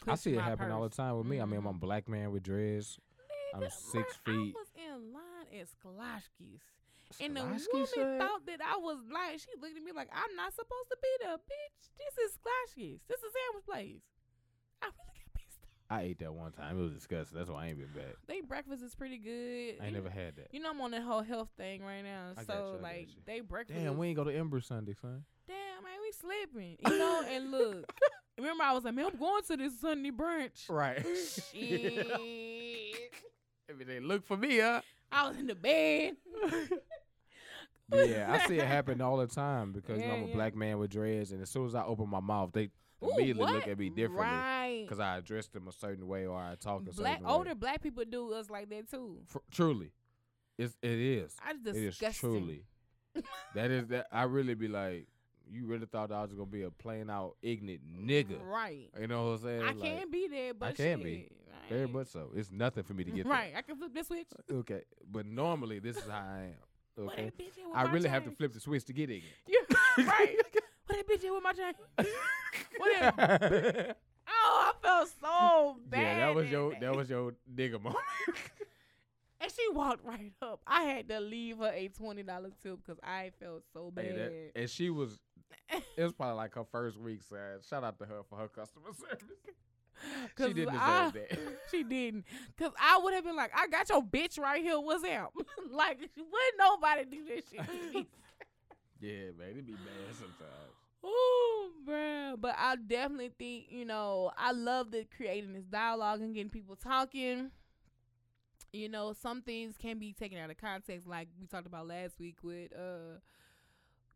C: I see it happen all the time with me. I mean,
B: Mhm.
C: I'm a black man with dreads.
B: Nigga,
C: I'm
B: bro,
C: six
B: I
C: feet.
B: was in line at Skoloskis. And the
C: Skolosky
B: woman
C: said-
B: thought that I was lying. She looked at me like, I'm not supposed to be there, bitch. This is Skoloskis. This is sandwich place. I really got pissed off.
C: I ate that one time. It was disgusting. That's why I ain't been back.
B: They breakfast is pretty good.
C: I ain't
B: You-
C: never had that.
B: You know I'm on that whole health thing right now.
C: I got
B: so
C: you, I got
B: like
C: you.
B: they breakfast.
C: Damn,
B: is-
C: we ain't go to Ember Sunday, son.
B: Damn, man, we slipping. You know, and look. Remember I was like, man, I'm going to this Sunday brunch.
C: Right.
B: Shit.
C: they look for me, huh?
B: I was in the bed.
C: Yeah, I see it happen all the time because you know,
B: Yeah,
C: I'm a
B: yeah.
C: black man with dreads, and as soon as I open my mouth, they immediately
B: Ooh,
C: look
B: what?
C: at me differently
B: Right.
C: because I address them a certain way or I talk a
B: black
C: certain way.
B: older black people do us like that too.
C: Fr- truly, it's it is.
B: I just
C: It is
B: disgusting.
C: truly. that is that. I really be like, you really thought I was gonna be a plain out ignorant nigga?
B: Right.
C: You know what I'm saying?
B: I
C: Like,
B: can be there, but
C: can
B: shit.
C: be. Very
B: Right.
C: much so. It's nothing for me to get there.
B: Right. I can flip this switch.
C: Okay, but normally this is how I am.
B: What
C: Okay,
B: that bitch did with
C: I
B: my
C: really have to
B: chain?
C: flip the switch to get ignorant.
B: Yeah, right. What that bitch did with my chain? What that? Oh, I felt so bad.
C: yeah, that was your
B: day.
C: that was your nigga moment.
B: And she walked right up. I had to leave her a twenty dollar tip because I felt so bad.
C: Hey, that- and she was. It was probably like her first week. So uh, shout out to her for her customer service. She
B: 'Cause
C: didn't deserve
B: I-
C: that.
B: She didn't. Cause I would have been like, I got your bitch right here. What's up? like, would nobody do that shit to me?
C: Yeah, man, it be bad sometimes.
B: Oh, bruh. But I definitely think, you know, I love that creating this dialogue and getting people talking. You know, some things can be taken out of context, like we talked about last week with uh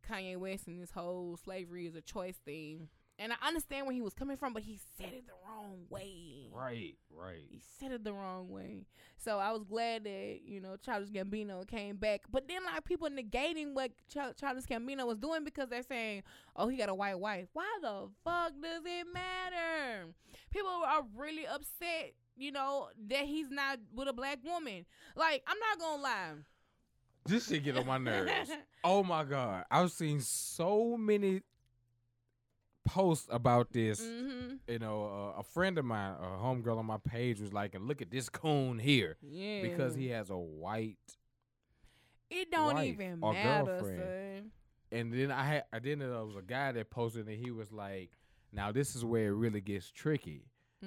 B: Kanye West and this whole slavery is a choice thing. And I understand where he was coming from, but he said it the wrong way.
C: Right, right.
B: He said it the wrong way. So I was glad that, you know, Childish Gambino came back. But then, like, people negating what Chil- Childish Gambino was doing because they're saying, oh, he got a white wife. Why the fuck does it matter? People are really upset, you know, that he's not with a black woman. Like, I'm not going to lie.
C: This shit get on my nerves. oh my god, I've seen so many posts about this.
B: mm-hmm.
C: You know, uh, a friend of mine, a homegirl on my page, was like, "And look at this coon here."
B: Yeah.
C: Because he has a white,
B: It don't
C: wife
B: even
C: or
B: matter,
C: girlfriend.
B: son.
C: and then I had, I then there was a guy that posted, and he was like, "Now this is where it really gets tricky."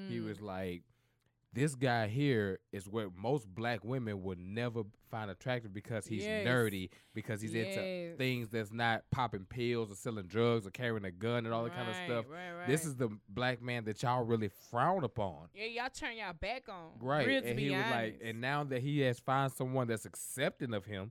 C: He
B: Mm.
C: was like, "This guy here is what most black women would never find attractive because he's
B: Yes.
C: nerdy, because he's into
B: Yes.
C: things that's not popping pills or selling drugs or carrying a gun and all that kind of
B: Right,
C: stuff.
B: right,
C: This
B: right.
C: is the black man that y'all really frown upon."
B: Yeah, y'all turn y'all back on.
C: Right.
B: Real to
C: and
B: be
C: he
B: honest.
C: was like, and now that he has found someone that's accepting of him,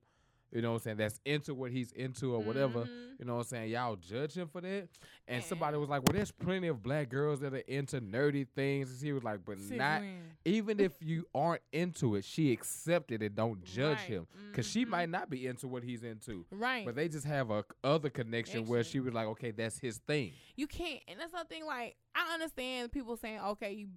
C: you know what I'm saying, that's into what he's into or whatever,
B: Mhm.
C: you know what I'm saying, y'all judge him for that. And somebody was like, Well, there's plenty of black girls that are into nerdy things. And he was like, But
B: Sis
C: not
B: win.
C: even if you aren't into it, she accepted it. Don't judge
B: Right.
C: him. Cause she
B: Mhm.
C: might not be into what he's into.
B: Right.
C: But they just have a other connection where
B: Connection.
C: she was like, Okay, that's his thing.
B: you can't and that's something like I understand people saying, Okay, you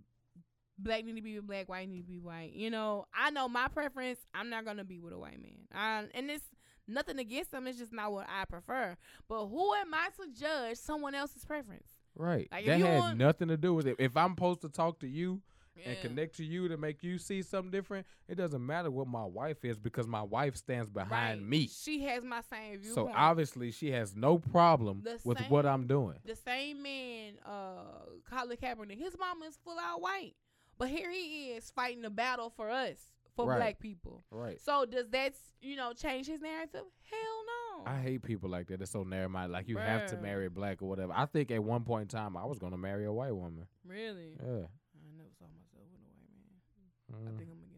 B: black need to be with black, white need to be white. You know, I know my preference, I'm not gonna be with a white man. I, and it's nothing against them, it's just not what I prefer. But who am I to judge someone else's preference?
C: Right.
B: Like, if
C: that
B: you
C: had
B: want-
C: nothing to do with it. If I'm supposed to talk to you and
B: Yeah.
C: connect to you to make you see something different, it doesn't matter what my wife is because my wife stands behind
B: Right.
C: me.
B: She has my same viewpoint.
C: So obviously she has no problem
B: The
C: with what
B: same-
C: I'm doing.
B: the same man, uh, Colin Kaepernick, his mama is full out white. But here he is fighting the battle for us, for
C: Right.
B: black people.
C: Right.
B: So does that you know change his narrative? Hell no.
C: I hate people like that. It's so narrow minded. Like you have to
B: Bruh.
C: marry black or whatever. I think at one point in time I was gonna marry a white woman.
B: really?
C: Yeah.
B: I never saw myself with a white man. I
C: Mm.
B: think I'm gonna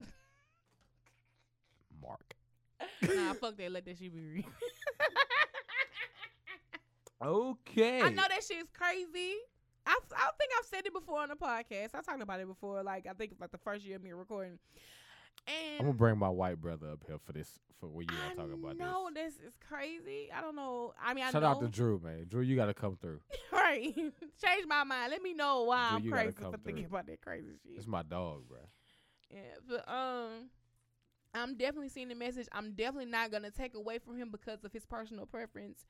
B: get mono.
C: Mark.
B: nah, fuck that. Let that shit be real.
C: Okay.
B: I know that shit's crazy. I, I think I've said it before on the podcast. I talked about it before. Like I think it's like the first year of me recording.
C: I'm
B: And
C: gonna bring my white brother up here for this for when you
B: I
C: gonna talk about
B: know
C: this.
B: this. is crazy. I don't know. I mean, I
C: Shout
B: know.
C: out to Drew, man. Drew, you gotta come through.
B: right. Change my mind. Let me know why
C: Drew,
B: I'm
C: you gotta
B: crazy
C: come
B: for thinking
C: through.
B: about that crazy shit.
C: It's my dog, bro.
B: Yeah, but um, I'm definitely seeing the message. I'm definitely not gonna take away from him because of his personal preference.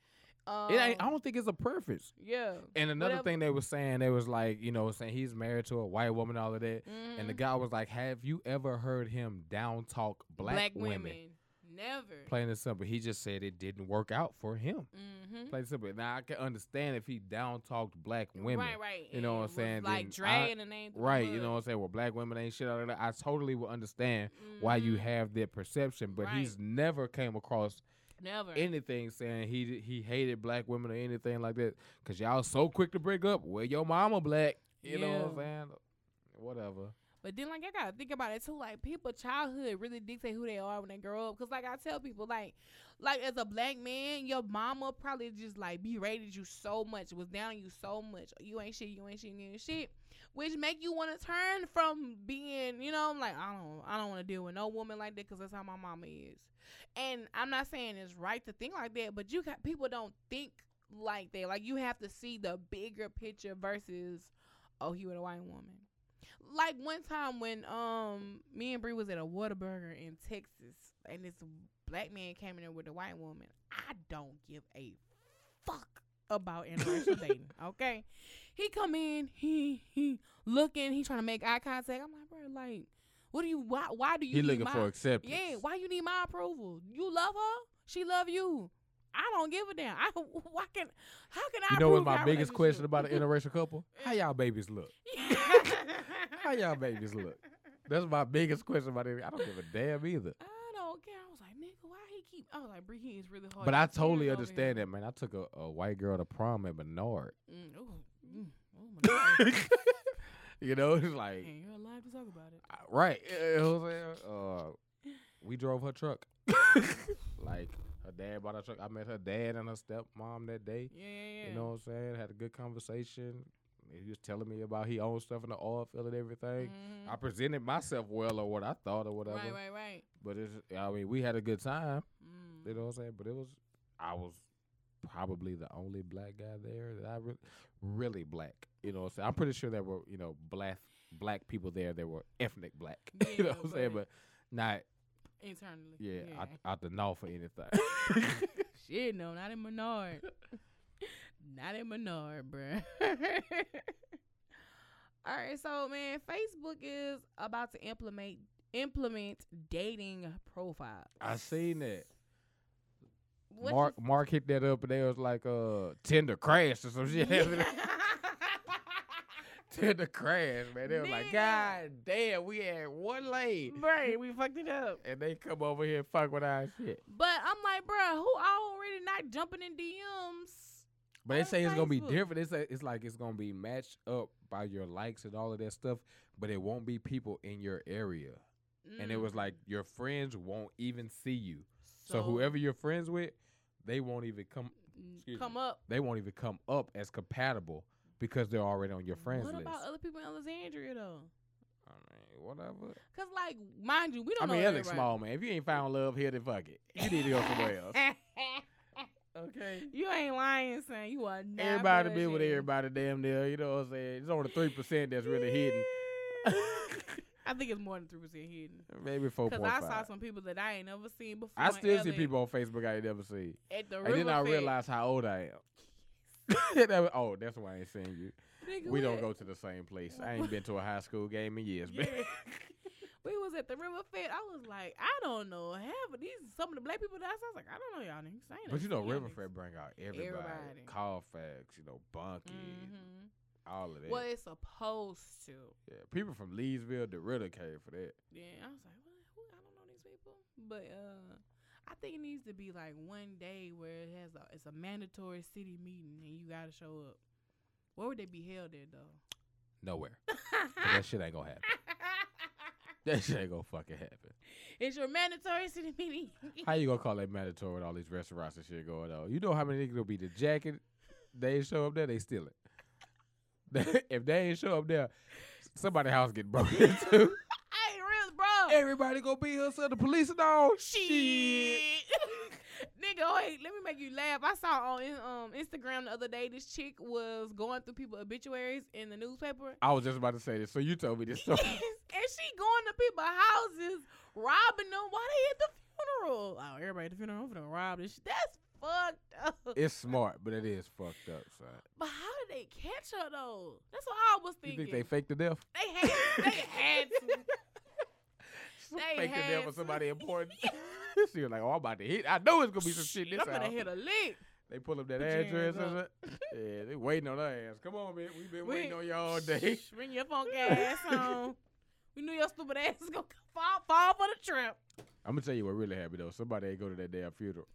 B: Um,
C: it ain't, I don't think it's a preference.
B: Yeah.
C: And another
B: Whatever.
C: thing they were saying, they was like, you know, saying he's married to a white woman, all of that. And the
B: Mhm.
C: guy was like, "Have you ever heard him down talk black, women?
B: never.
C: Plain and simple, he just said it didn't work out for him.
B: mm-hmm.
C: Plain and simple. Now I can understand if he down talked black women,
B: Right, right.
C: You know what I'm
B: and was,
C: saying? Then I-
B: Like dragging the name. through the
C: Right,
B: mud.
C: you know what I'm saying? Well, black women ain't shit out of that. I totally would understand why you
B: Mhm.
C: have that perception, but
B: Right.
C: he's never came across
B: Mm-hmm. never.
C: anything saying he he hated black women or anything like that. Cause y'all so quick to break up. Well, your mama black. You know what I'm saying? Whatever.
B: But then, like, I gotta think about it too. Like, people childhood really dictate who they are when they grow up. Cause, like, I tell people, like, like as a black man, your mama probably just like berated you so much, was down on you so much. You ain't shit. You ain't shit. You ain't shit. Which make you want to turn from being, you know, I'm like, I don't, I don't want to deal with no woman like that. Cause that's how my mama is. And I'm not saying it's right to think like that, but you got people don't think like that. Like, you have to see the bigger picture versus, oh, he with a white woman like one time when um me and Bree was at a Whataburger in Texas and this black man came in there with a white woman. I don't give a fuck about interracial dating. Okay. He come in, he he looking, he trying to make eye contact. I'm like, bro, like, what do you why why do you
C: He
B: need
C: looking
B: my-
C: for acceptance.
B: Yeah, why you need my approval? You love her? She love you. I don't give a damn. I why can how can I
C: You know what's
B: approve
C: my
B: our
C: biggest question
B: relationship?
C: about an interracial couple? How y'all babies look? How y'all babies look? That's my biggest question about it. I don't give a damn either.
B: I don't care. I was like, nigga, why he keep? I was like, Bree, he is really hard.
C: But
B: to
C: I
B: get tears
C: totally
B: over
C: understand
B: him.
C: that, man. I took a, a white girl to prom at Menard.
B: Mm, ooh, mm, oh my god,
C: you know, it's like
B: and you're alive to talk about it.
C: I- right. You know what I'm saying? Uh, we drove her truck. like her dad bought her truck. I met her dad and her stepmom that day.
B: Yeah, yeah, yeah.
C: You know what I'm saying? Had a good conversation. He was telling me about he owns stuff in the oil field and everything.
B: Mhm.
C: I presented myself well or what I thought or whatever.
B: right, right, right.
C: But it's I mean, we had a good time.
B: Mm.
C: You know what I'm saying? But it was I was probably the only black guy there that I re- really black. You know what I'm saying? I'm pretty sure there were, you know, black black people there that were ethnic black. you know
B: Yeah,
C: what I'm saying?
B: but-
C: But not
B: Internally.
C: yeah,
B: yeah.
C: Out, out the north or anything.
B: Shit, no, not in Menard. not in Menard, bruh. All right, so man, Facebook is about to implement implement dating profiles.
C: I seen that.
B: What you
C: Mark Mark hit that up and they was like uh Tinder crashed or some shit. Tinder crashed, man. They was like,
B: Nigga.
C: God damn, we had one lane.
B: Right, we fucked it up.
C: And they come over here and fuck with our shit.
B: But I'm like, bruh, who already not jumping in DMs?
C: But they
B: on
C: say it's gonna be
B: Facebook.
C: different. They say it's like it's gonna be matched up by your likes and all of that stuff, but it won't be people in your area. And
B: Mm,
C: it was like your friends won't even see you. So, whoever you're friends with, they won't even come. excuse
B: come
C: me.
B: up.
C: They won't even come up as compatible because they're already on your friends
B: what
C: list.
B: about other people in Alexandria though?
C: I mean, whatever.
B: Cause like, mind you, we
C: I
B: don't
C: mean,
B: know.
C: Alex Small man, if you ain't found love here, then fuck it. You need to go somewhere else.
B: everybody.
C: Okay.
B: you ain't lying, son. You are not.
C: Everybody been with
B: bullshitting.
C: everybody, damn near. You know what I'm saying? It's only three percent that's really hidden.
B: I think it's more than three percent hidden.
C: Maybe four
B: Cause
C: point
B: I
C: five.
B: saw some people that I ain't never seen before.
C: I
B: in
C: still see
B: LA
C: people on Facebook I ain't never seen.
B: at the
C: And then I
B: River Fest.
C: realized how old I am. That was- oh, that's why I ain't seeing you.
B: Nigga,
C: We don't
B: at-
C: go to the same place. I ain't been to a high school game in years. man.
B: Yeah. we was at the River Fest. I was like, I don't know half of these. Some of the black people that I saw, I was like, I don't know y'all niggas. I ain't
C: But you know,
B: never seen y'all
C: River Fest bring out everybody.
B: Everybody.
C: Carfax, you know, Bunky,
B: niggas. Mhm.
D: all of that.
B: Well, it's supposed to.
D: Yeah, people from Leesville, Dorita came for that.
B: Yeah, I was like, what? Who? I don't know these people. But uh, I think it needs to be like one day where it has a it's a mandatory city meeting and you gotta show up. Where would they be held at though?
C: Nowhere. 'Cause that shit ain't gonna happen. That shit ain't gonna fucking happen.
B: it's your mandatory city meeting.
C: How you gonna call that mandatory with all these restaurants and shit going on? You know how many niggas will be the jacket they show up there, they steal it. if they ain't show up there, somebody house get broken into.
B: hey, real bro.
C: Everybody gonna be here, so the police and all
B: Shit. Nigga, wait, let me make you laugh. I saw on in- um, Instagram the other day this chick was going through people obituaries in the newspaper.
C: I was just about to say this, so you told me this
B: and
C: story.
B: she going to people's houses, robbing them while they at the funeral. Oh, everybody at the funeral, I'm finna rob this shit. That's fucked up.
C: it's smart, but it is fucked up, son.
B: but how did they catch her though? That's what I was
C: You
B: thinking.
C: think they faked the death?
B: they, had, they had to. They
C: faked the death
B: had
C: for
B: to.
C: somebody important. she was like, "Oh, I'm about to hit. I know it's gonna be some shit in
B: I'm
C: this
B: gonna
C: house."
B: hit a lick.
C: They pull up that
B: Put your
C: address.
B: hands
C: And
B: up.
C: shit. yeah, they waiting on our ass. Come on, man. We've been waiting
B: We-
C: on y'all all day.
B: Shh, Bring your funk ass on. We knew your stupid ass was gonna fall fall for the trap.
C: I'm gonna tell you what really happened though. Somebody ain't go to that damn funeral.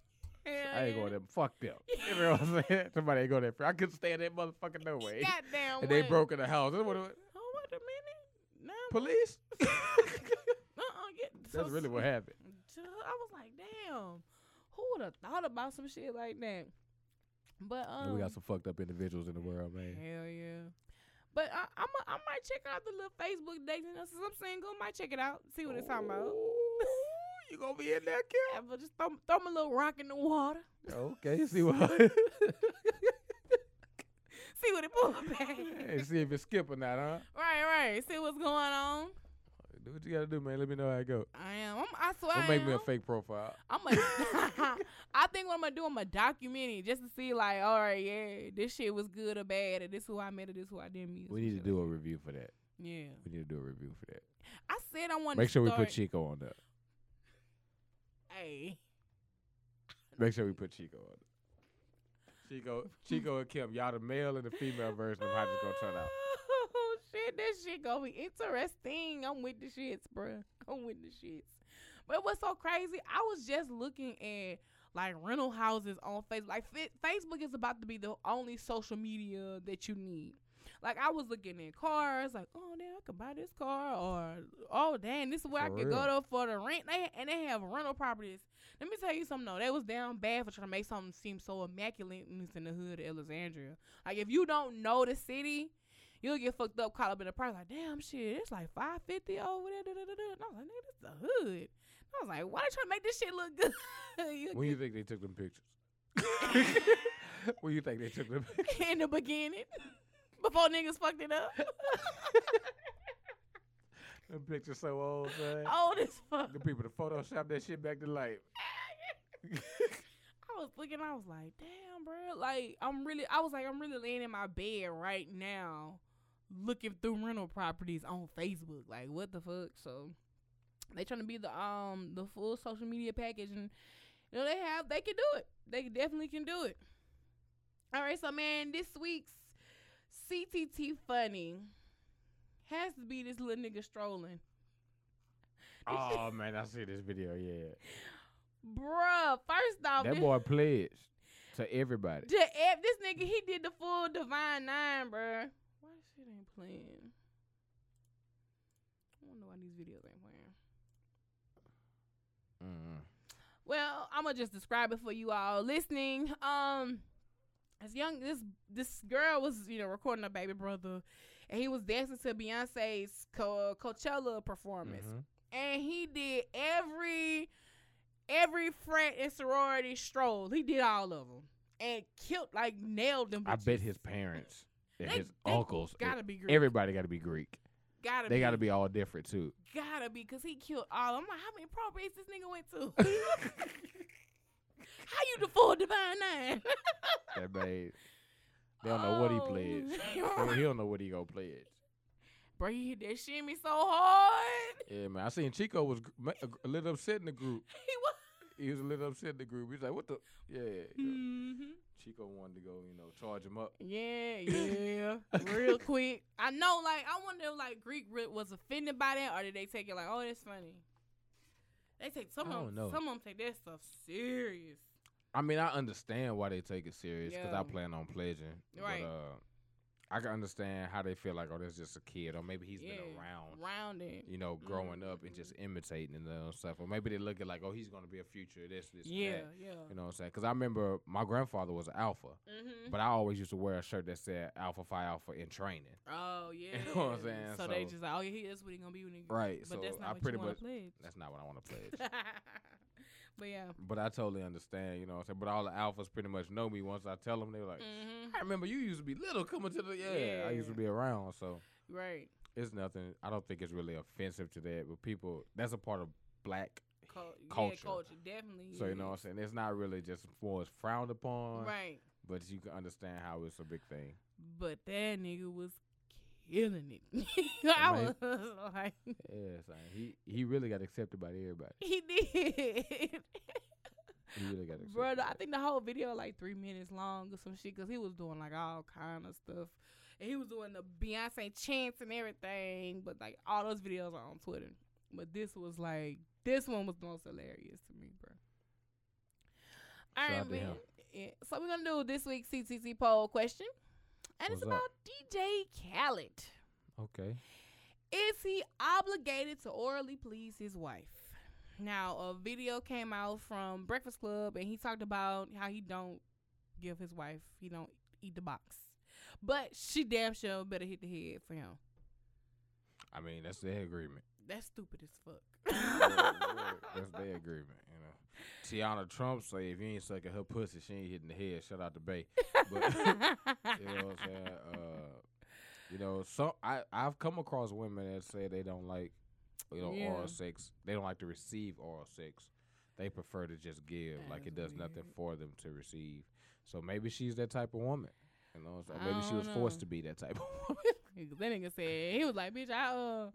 B: Hell
C: I ain't
B: yeah.
C: going to fuck them. You know what I'm saying? Somebody ain't go there. I couldn't stand that motherfucker no way.
B: Goddamn.
C: And they
B: what?
C: broke in the house. That's what it was.
B: Oh, wait a minute. Now,
C: Police.
B: uh, uh get.
C: That's
B: so-
C: really what happened.
B: I was like, damn, who would have thought about some shit like that? But um,
C: we got some fucked up individuals in the world, man.
B: Hell yeah. But I, I'm a, I might check out the little Facebook dating. Since I'm single, might check it out. See what it's talking about.
C: you gonna be in there, kid?
B: Yeah, but just throw, throw me a little rock in the water.
C: Okay, see what.
B: See what it pull up at.
C: hey, see if it's skip or not, huh?
B: right, right. See what's going on.
C: Do what you gotta do, man. Let me know how it go.
B: I am. I'm, I swear.
C: Don't
B: I
C: make me
B: am.
C: a fake profile.
B: I'm a. I think what I'm gonna do, I'm gonna document it just to see, like, all right, yeah, this shit was good or bad, or this who I met, or this who I didn't meet. or
C: We
B: some
C: need to
B: shit
C: do
B: like
C: a review for that.
B: that. Yeah,
C: We need to do a review for that.
B: I said I want.
C: Make
B: to
C: sure we
B: start,
C: put Chico on that.
B: Hey,
C: Make sure we put Chico on that. Chico, Chico and Kim, y'all the male and the female version of how this gonna turn out.
B: Oh shit, this shit gonna be interesting. I'm with the shits, bruh. I'm with the shits. But what's so crazy? I was just looking at like rental houses on Facebook. Like fa- Facebook is about to be the only social media that you need. Like I was looking at cars, like oh damn, I could buy this car, or oh damn, this is where I
C: For
B: could
C: real.
B: go to for the rent. They and they have rental properties. Let me tell you something though, they was down bad for trying to make something seem so immaculate when it's in the hood of Alexandria. Like if you don't know the city, you'll get fucked up, caught up in the price. Like, damn shit, it's like five fifty over there. Da, da, da, da. And I was like, nigga, this the hood. And I was like, why they trying to make this shit look good? You
C: When you think they took them pictures? when you think they took them?
B: in the beginning. Before niggas fucked it up.
C: them pictures so old, man.
B: Old as fuck.
C: The people to Photoshop that shit back to life.
B: I was looking, I was like, damn, bro. Like, I'm really, I was like, I'm really laying in my bed right now looking through rental properties on Facebook. Like, what the fuck? So, they trying to be the um the full social media package and you know they have they can do it they definitely can do it all right so man this week's ctt funny has to be this little nigga strolling
C: Oh man, I see this video. Yeah,
B: bruh first off
C: that
B: this-
C: boy pledged to everybody.
B: To ev- this nigga, he did the full Divine Nine, bruh. Why shit ain't playing? I don't know why these videos ain't playing.
C: Mm.
B: Well, I'ma just describe it for you all listening. Um, this young this this girl was you know recording her baby brother, and he was dancing to Beyonce's Co- Coachella performance,
C: Mhm.
B: and he did every every frat and sorority stroll. He did all of them and killed like nailed them.
C: I bet
B: bitches.
C: his parents and
B: They-
C: his
B: they
C: uncles, and
B: gotta be Greek.
C: everybody got to be Greek.
B: gotta
C: They
B: be.
C: got to be all different too.
B: gotta be because he killed all. I'm like, how many probates this nigga went to? how you the full divine nine?
C: That made they don't know what he
B: Oh,
C: pledged.
B: right.
C: So he don't know what he gonna pledge.
B: Bro, you hit that shimmy so hard.
C: Yeah, man. I seen Chico was gr- ma- a little upset in the group.
B: He was.
C: He was a little upset in the group. He was like, "What the? Yeah."
B: Mm-hmm.
C: Chico wanted to go, you know, charge him up.
B: Yeah, yeah, real quick. I know, like, I wonder, if, like, Greek re- was offended by that, or did they take it like, oh, that's funny? They take some
C: I
B: of
C: don't
B: them.
C: know.
B: Some of them take that stuff serious.
C: I mean, I understand why they take it serious because
B: Yeah.
C: I plan on pledging.
B: Right.
C: But, uh, I can understand how they feel like, oh, that's just a kid, or maybe he's been
B: Yeah, Mm-hmm.
C: around,
B: Rounded.
C: you know, growing up and just imitating and all that stuff, or maybe they look at like, oh, he's gonna be a future this, this, and
B: Yeah,
C: that.
B: yeah.
C: You know what I'm saying? Because I remember my grandfather was an alpha,
B: Mm-hmm.
C: but I always used to wear a shirt that said Alpha Phi Alpha in training.
B: Oh yeah.
C: know what I'm saying?
B: So, they
C: So-
B: just like, oh yeah, he, that's what he gonna be when he.
C: Right.
B: But
C: so
B: that's not
C: I
B: what
C: pretty
B: you wanna
C: much
B: pledge.
C: that's not what I want to pledge.
B: but yeah.
C: but I totally understand. You know what I'm saying? But all the alphas pretty much know me once I tell them. They're like,
B: Mm-hmm.
C: I remember you used to be little coming to the yeah, I used to
B: Yeah.
C: be around, so
B: Right.
C: it's nothing. I don't think it's really offensive to that, but people that's a part of black.
B: Cul-
C: Culture.
B: Yeah, culture definitely.
C: So you know what I'm
B: is.
C: saying? It's not really just more it's frowned upon,
B: Right.
C: but you can understand how it's a big thing.
B: But that nigga was killing it. I
C: Right.
B: was like,
C: Yeah, son. he he really got accepted by everybody.
B: he did.
C: He really got accepted.
B: Brother,
C: by-
B: I think the whole video like three minutes long or some shit because he was doing like all kind of stuff. And he was doing the Beyonce chants and everything, but like all those videos are on Twitter. But this was like this one was the most hilarious to me, bro. All
C: Shout
B: right,
C: out to
B: man.
C: him.
B: Yeah. So we're gonna do this week's CCC poll question, and it's
C: What's up?
B: about DJ Khaled.
C: okay.
B: Is he obligated to orally please his wife? Now, a video came out from Breakfast Club, and he talked about how he don't give his wife, he don't eat the box, but she damn sure better hit the head for him.
C: I mean, that's their agreement.
B: That's stupid as fuck.
C: that's their agreement, you know. Tiana Trump say if you ain't sucking her pussy, she ain't hitting the head. Shout out to Bay. But You know what I'm saying? Uh, you know, some I I've come across women that say they don't like, you know,
B: Yeah.
C: oral sex. They don't like to receive oral sex. They prefer to just give, like it
B: That's
C: does nothing
B: weird.
C: for them to receive. So maybe she's that type of woman. You know, what I'm
B: I
C: saying? maybe she
B: don't
C: was forced
B: know.
C: to be that type of woman.
B: that nigga said he was like, bitch, I uh,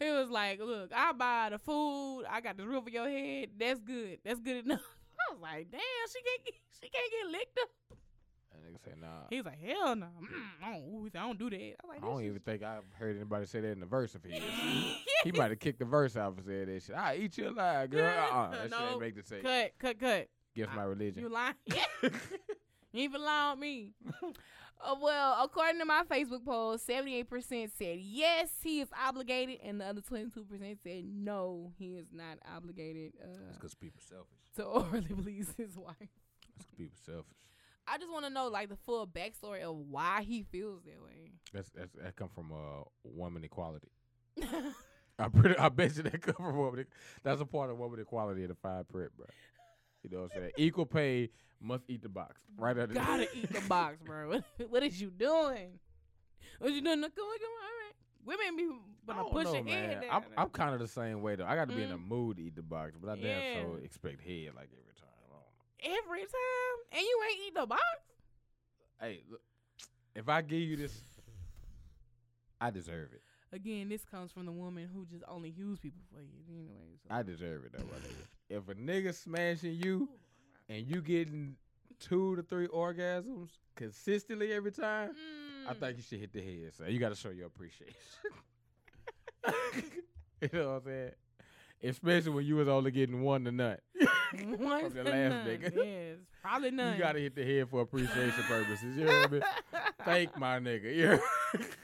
B: he was like, look, I buy the food, I got the roof of your head, that's good, that's good enough. I was like, damn, she can't, get, she can't get licked up.
C: And nigga say, nah.
B: He was like, hell no, mm, I, don't, ooh, I don't do that. I was like,
C: I don't
B: this
C: even
B: is-
C: think I've heard anybody say that in the verse of his. he might have kicked the verse out and said that shit. I eat you alive, girl. Uh-uh. That shit
B: No.
C: ain't make the say.
B: cut, cut, cut.
C: Against my religion.
B: You lying? you ain't even lying on me. Uh, well, according to my Facebook poll, 78% said yes, he is obligated, and the other 22% said no, he is not obligated
C: That's
B: uh,
C: because people selfish.
B: to orally please his wife.
C: That's 'cause people selfish.
B: I just want to know, like, the full backstory of why he feels that way.
C: That's, that's that come from uh woman equality. I pretty I bet you that come from woman. e- That's a part of woman equality in the five print, bro. You know what I'm saying? Equal pay must eat the box. Right under
B: Gotta eat the box, bro. What- what is you doing? What you doing? Come on, come on, all right. Women be
C: I
B: gonna
C: don't
B: push
C: know,
B: your
C: man.
B: head down.
C: I'm, I'm kind of the same way though. I got to be in a mood to eat the box, but I
B: Mm. Yeah.
C: damn so expect head like every time. I don't know.
B: every time, and you ain't eat the box.
C: Hey, look, if I give you this, I deserve it.
B: Again, this comes from the woman who just only use people for you, anyway. So.
C: I deserve it though, my nigga. If a nigga smashing you and you getting two to three orgasms consistently every time, I
B: Mm.
C: think you should hit the head. So you got to show your appreciation. you know what I'm saying? Especially when you was only getting one to none.
B: Once
C: the
B: and none.
C: last nigga.
B: Yes, probably none.
C: You got to hit the head for appreciation purposes. You hear me? Thank my nigga. You hear me?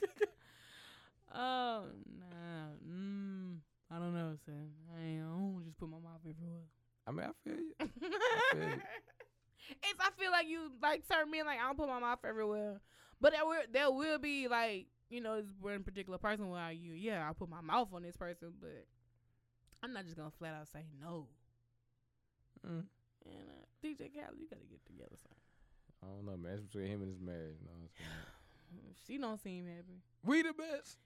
B: Oh no, mm, I don't know, son. I ain't. I don't just put my mouth everywhere.
C: I mean, I feel you. feel you.
B: it's I feel like you like certain men like I don't put my mouth everywhere, but there will there will be like you know this one particular person where you yeah I put my mouth on this person, but I'm not just gonna flat out say no.
C: Mm.
B: And uh, DJ Khaled, you gotta get together, son.
C: I don't know, man. It's between him and his marriage. You know what I'm saying?
B: Mm-hmm. She don't seem happy.
C: We the best.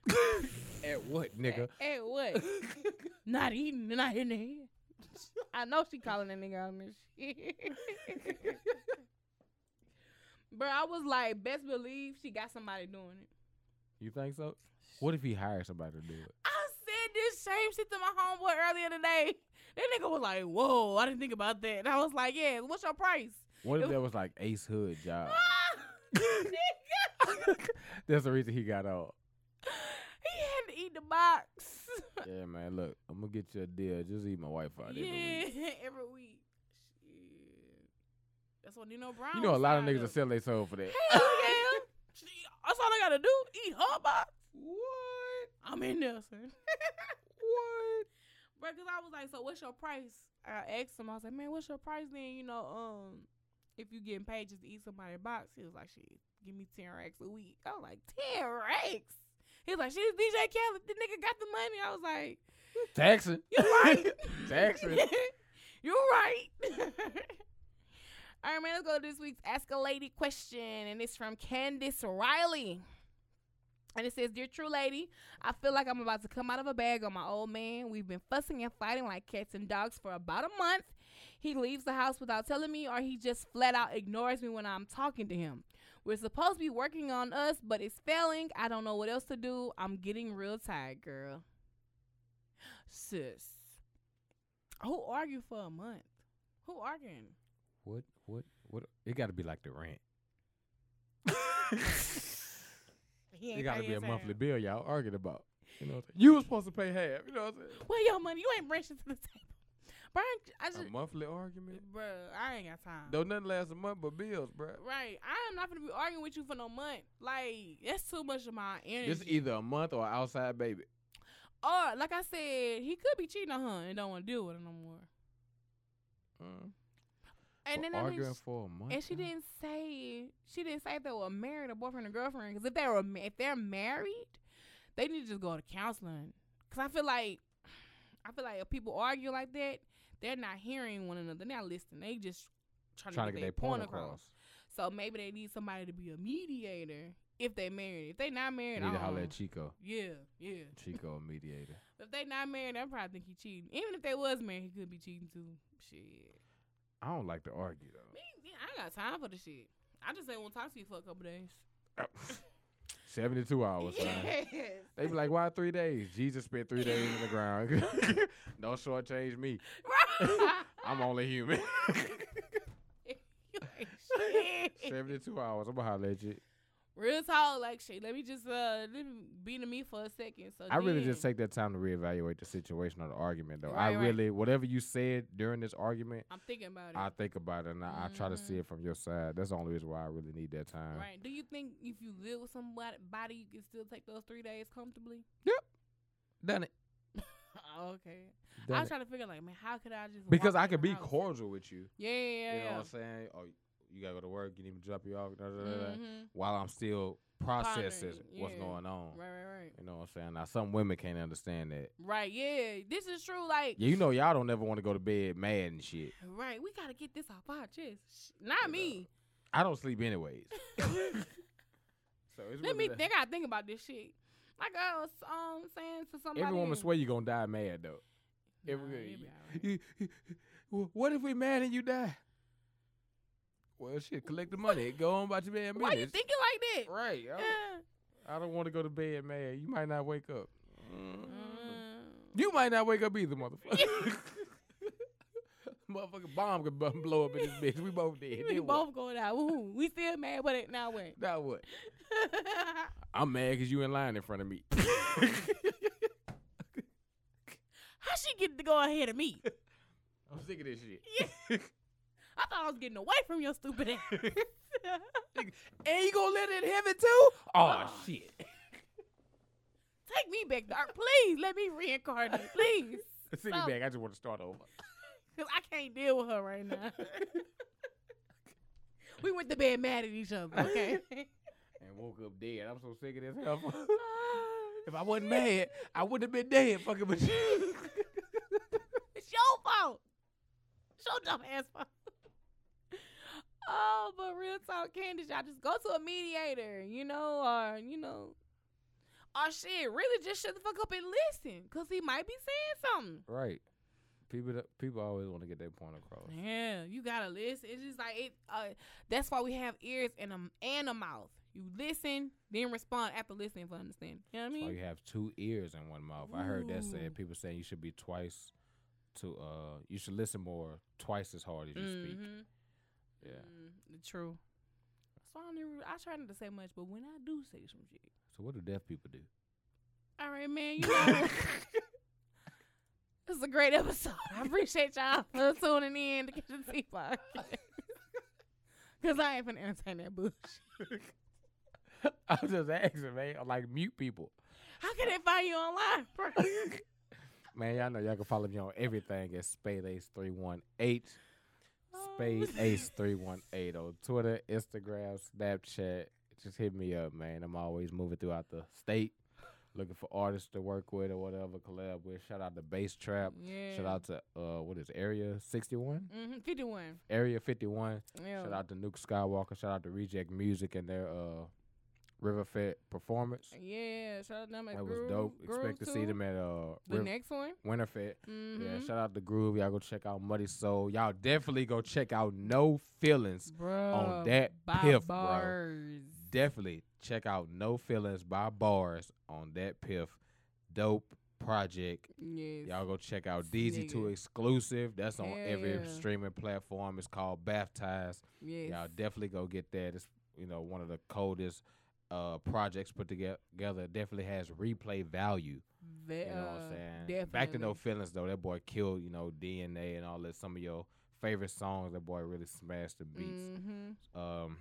C: At what, nigga?
B: Hey, hey, what? not eating, not in the head. I know she calling that nigga out on this shit. Bro, I was like, best believe she got somebody doing it.
C: You think so? What if he hired somebody to do it?
B: I said this same shit to my homeboy earlier today. That nigga was like, "Whoa, I didn't think about that." And I was like, "Yeah, what's your price?"
C: What if
B: It-
C: that was like Ace Hood job?
B: Nigga,
C: That's the reason he got off.
B: he had to eat the box.
C: Yeah, man. Look, I'm gonna get you a deal. Just eat my wife out every
B: yeah,
C: week.
B: every week. Shit. That's what Nino Brown.
C: You know, a lot of
B: signed
C: niggas
B: up.
C: will sell their soul for that.
B: Hell yeah. She, that's all I gotta do. Eat her box. What? I'm in there, son. what? Bro, cause I was like, so what's your price? I asked him. I was like, man, what's your price? Then you know, um, if you getting paid just to eat somebody's box, he was like, shit, give me ten racks a week. I was like, ten racks. He was like, shit, it's DJ Khaled, the nigga got the money. I was like,
C: Taxing.
B: you right.
C: Taxing.
B: You're right. All right, man, let's go to this week's Ask a Lady question, and it's from Candace Riley. And it says, Dear True Lady, I feel like I'm about to come out of a bag on my old man. We've been fussing and fighting like cats and dogs for about a month. He leaves the house without telling me, or he just flat out ignores me when I'm talking to him. We're supposed to be working on us, but it's failing. I don't know what else to do. I'm getting real tired, girl. Sis, who argued for a month? Who arguing?
C: What? What? What? It got to be like the rent.
B: He
C: It got to
B: paying
C: be a
B: his
C: monthly
B: half.
C: bill y'all arguing about. You know, what I'm saying? you was supposed to pay half. You know what I'm saying?
B: Where your money? You ain't bringing shit to the table. Brian, I just,
C: A monthly argument?
B: bruh, I ain't got time.
C: Don't nothing last a month but bills, bro.
B: Right, I am not gonna be arguing with you for no month. Like that's too much of my energy.
C: This either a month or outside baby.
B: or like I said, he could be cheating on her and don't want to deal with her no more.
C: Mm.
B: And
C: for
B: then that means
C: arguing for a month.
B: And she
C: now?
B: didn't say she didn't say if they were married or boyfriend or girlfriend. Because if they were ma- if they're married, they need to just go to counseling. Because I feel like I feel like if people argue like that, they're not hearing one another. They're not listening. They just trying,
C: trying
B: to get,
C: their point across.
B: So maybe they need somebody to be a mediator if they married. If they not
C: You
B: married,
C: need
B: I
C: to
B: don't
C: holler
B: know.
C: at Chico.
B: yeah, yeah.
C: Chico, a mediator.
B: If they not married, I probably think he cheating. Even if they was married, he could be cheating too. Shit.
C: I don't like to argue
B: Me, I ain't got time for the shit. I just ain't want to talk to you for a couple days.
C: though. Seventy-two hours. son. They be like, "Why three days? Jesus spent three days in the ground. don't shortchange me.
B: Right.
C: I'm only human.
B: You ain't shit.
C: Seventy-two hours. I'm gonna holler at you.
B: Real talk, like shit. Let me just uh, let me be to me for a second. So
C: I really just
B: then,
C: take that time to reevaluate the situation or the argument, though. I
B: Right, right.
C: really, whatever you said during this argument,
B: I'm thinking about it.
C: I think about it and I, I try to see
B: Mhm.
C: it from your side. That's the only reason why I really need that time.
B: right? Do you think if you live with somebody, body, you can still take those three days comfortably?
C: Done it.
B: okay. I
C: Done
B: was
C: it.
B: trying to figure like, man, how could I just
C: Because
B: walk
C: I
B: in
C: could
B: the
C: be
B: house?
C: cordial with you.
B: Yeah, yeah,
C: You know
B: yeah.
C: what I'm saying? Oh, you gotta go to work. You need me to drop you off. Da, da, da, da,
B: Mhm.
C: While I'm still processing
B: Pondering,
C: what's
B: yeah.
C: going on.
B: Right, right, right.
C: You know what I'm saying? Now some women can't understand that.
B: Right, yeah. This is true. Like,
C: Yeah, you know y'all don't ever want to go to bed mad and shit.
B: right, we gotta get this off our chest. Sh- Not me.
C: I don't sleep anyways. so it's
B: Let
C: really
B: me.
C: that-
B: They gotta think about this shit. Like I was um saying to somebody.
C: Every woman swear you gonna die mad though. Every-
B: Nah, it'd be alright.
C: You- you- wh- what if we mad and you die? Well, shit, collect the money. Go on about your damn
B: Why you
C: business.
B: thinking like that?
C: Right. I don't,
B: Yeah.
C: I don't want to go to bed mad. You might not wake up.
B: Mm.
C: You might not wake up either, motherfucker. Motherfucker bomb could bu- blow up in this bitch. We both dead.
B: we
C: Then what?
B: both going out. Woo. We still mad, but it now went.
C: Now what? I'm mad because you in line in front of me.
B: How she get to go ahead of me?
C: I'm sick of this shit.
B: I thought I was getting away from your stupid ass.
C: And you gonna let it in heaven too? Oh,
B: Oh,
C: shit.
B: Take me back, dark. Please let me reincarnate, please,
C: Send me
B: So-
C: back. I just want to start over.
B: because I can't deal with her right now. we went to bed mad at each other. Okay.
C: And woke up dead. I'm so sick of this hell. if I wasn't mad, I wouldn't have been dead fucking with you.
B: It's your fault. It's your dumb ass fault. oh, but real talk, Candace, y'all just go to a mediator, you know, or you know, or shit, really just shut the fuck up and listen, cause he might be saying something.
C: right. People that, people always want to get their point across.
B: Yeah, you gotta listen. It's just like it. Uh, that's why we have ears and a and a mouth. You listen, then respond after listening for understanding. You know what I
C: That's why
B: mean?
C: you have two ears and one mouth. I heard that
B: Ooh.
C: said. People saying you should be twice to uh you should listen more twice as hard as you speak.
B: Mhm.
C: Yeah.
B: Mm, true. So I, don't even, I try not to say much, but when I do say some shit,
C: So what do deaf people do?
B: all right, man, you know. This is a great episode. I appreciate y'all for tuning in to Kitchen Tea Podcast. Because I ain't finna entertain that bullshit.
C: I'm just asking, man. Like mute people.
B: How can they find you online, bro?
C: Man, y'all know y'all can follow me on everything at Spade Ace three one eight. Spade
B: Oh.
C: Ace three one eight on Twitter, Instagram, Snapchat. Just hit me up, man. I'm always moving throughout the state, looking for artists to work with or whatever, collab with. Shout out to Bass Trap.
B: Yeah.
C: Shout out to uh what is it, Area sixty one?
B: Mm-hmm, 51.
C: Area fifty one.
B: Yeah.
C: Shout out to Nuke Skywalker. Shout out to Reject Music and their uh River Fed performance.
B: Yeah, shout out to them at
C: That was
B: Groove-
C: dope.
B: Groove
C: Expect to see
B: too.
C: them at uh
B: The
C: Riv-
B: next one.
C: Winterfed.
B: Mm-hmm.
C: Yeah, shout out to Groove. Y'all go check out Muddy Soul. Y'all definitely go check out No Feelings.
B: Bro,
C: that
B: by
C: piff, bro.
B: bars.
C: Definitely check out No Feelings by Bars on that piff. Dope project.
B: Yes.
C: Y'all go check out
B: Nigga.
C: DZ2 exclusive. That's on
B: Hell
C: every
B: yeah.
C: streaming platform. It's called Baptized.
B: yes.
C: Y'all definitely go get that. It's you know one of the coldest uh projects put toge- together. Definitely has replay value.
B: Ve-
C: You know what I'm
B: uh,
C: saying?
B: Definitely.
C: Back to no feelings though. That boy killed, you know, DNA and all that. Some of your favorite songs. That boy really smashed the beats.
B: Mm-hmm.
C: Um,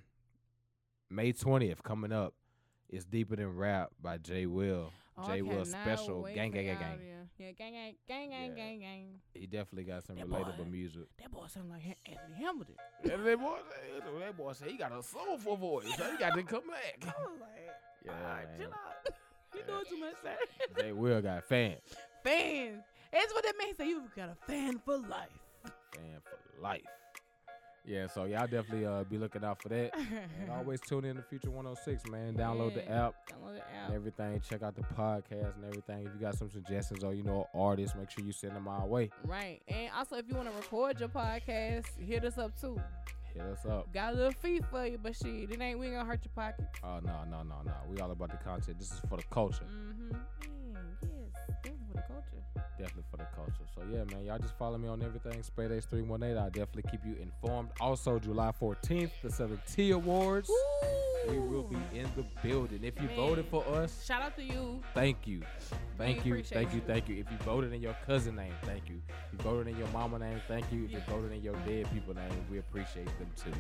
C: May twentieth coming up is deeper than rap by J Will.
B: Oh, I
C: J Will
B: cannot
C: special
B: wait
C: gang
B: for
C: gang gang
B: y'all
C: gang.
B: to- Yeah, gang gang gang gang
C: Yeah.
B: gang gang.
C: He definitely got some
B: That boy.
C: relatable music.
B: That boy sound like Ham- Anthony Hamilton.
C: that boy, that boy said he got a soulful voice. He got to come back.
B: I was like,
C: Yeah,
B: all right, chill
C: man.
B: out. you
C: Yeah.
B: doing too much, sir.
C: J Will got fans,
B: Fans. That's what that man say. You got a fan for life.
C: fan for life. Yeah, so y'all definitely uh, be looking out for that. And always tune in to Future 106, man. Download the
B: Yeah.
C: app
B: Download the app.
C: and everything. Check out the podcast and everything. If you got some suggestions or you know artists, make sure you send them our way.
B: Right. And also, if you want to record your podcast, hit us up too.
C: Hit us up.
B: Got a little fee for you, but shit, it ain't we ain't gonna hurt your pocket.
C: Oh no, no, no, no. We all about the content. This is for the culture.
B: Mm-hmm. Man, yes, this is for the culture.
C: Definitely for the culture. So yeah, man. Y'all just follow me on everything. Spade Ace 318. I'll definitely keep you informed. Also, July 14th, the Southern T Awards. We will be in the building. If you
B: Man.
C: voted for us,
B: Shout out to you.
C: thank you. Thank
B: We
C: you. Thank
B: appreciate
C: you.
B: you.
C: Thank you. If you voted in your cousin name, thank you. If you voted in your mama name, thank you. If you
B: Yeah.
C: voted in your dead people name, we appreciate them too.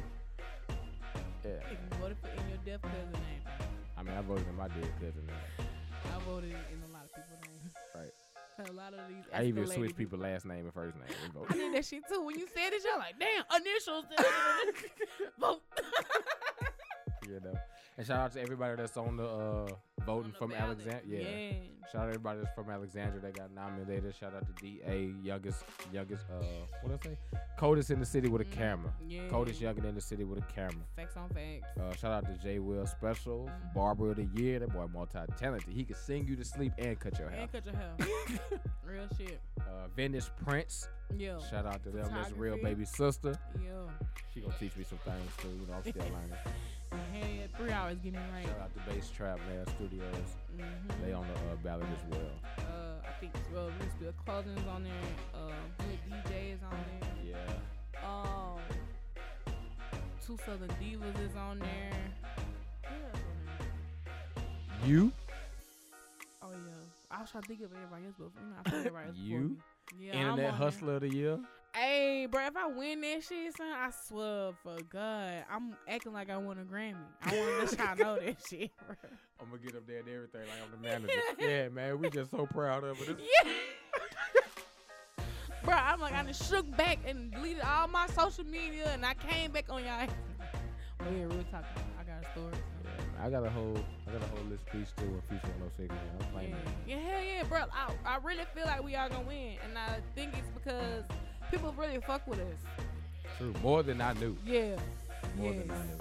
C: Yeah.
B: If you voted for in your deaf cousin name,
C: I mean, I voted in my dead cousin name.
B: I voted in a lot of people's names.
C: Right.
B: A lot of these.
C: I even
B: escalated
C: switched people last name and first name. We
B: I
C: voted.
B: did that shit too. When you said it, y'all like, damn, initials. Vote.
C: you know. And shout out to everybody that's on the uh, voting from Alexandria. yeah. Shout out to everybody that's from Alexandria that got nominated. Shout out to DA, youngest, youngest, uh, what did I say? Coldest in the city with a
B: Mm,
C: camera.
B: Yeah.
C: Coldest younger in the city with a camera.
B: Facts on facts.
C: Uh, shout out to J Will Special,
B: Mhm.
C: Barber of the Year. That boy multi talented. He can sing you to sleep and cut your hair.
B: And cut your hair. Real shit.
C: Uh, Venice Prince.
B: Yeah.
C: Shout out to them. That's real
B: Oh, Photography.
C: baby sister.
B: Yeah.
C: She gonna teach me some things too. You know I'm still learning.
B: Hey, three hours getting right.
C: Shout out to Bass Trap Man Studios.
B: Mm-hmm.
C: They on the uh, ballot as well.
B: Uh, I think it's well, Reese Bill Clothing's on there. Uh, Good DJ is on there.
C: Yeah.
B: Um, Two Southern Divas is on there. Who else on there?
C: You.
B: Oh yeah, I was trying to think of everybody else, but you know, I feel everybody else.
C: You?
B: before me. yeah, I'm
C: Internet
B: on
C: Hustler of the Year.
B: There. Hey, bro, if I win that shit, son, I swear for God, I'm acting like I won a Grammy. I want to let y'all know that shit, bro.
C: I'm gonna get up there and everything like I'm the manager. yeah, man, we just so proud of it. This-
B: Yeah. Bro, I'm like, I just shook back and deleted all my social media and I came back on y'all. But yeah, real talk. I got a story.
C: Yeah, man, I got a whole, I got a whole list of speech too on Future 106. Man. I'm
B: Yeah.
C: playing.
B: yeah, hell yeah, bro. I, I really feel like we are gonna win. And I think it's because people really fuck with us.
C: True, more than I knew.
B: Yeah.
C: More
B: yes.
C: than I knew.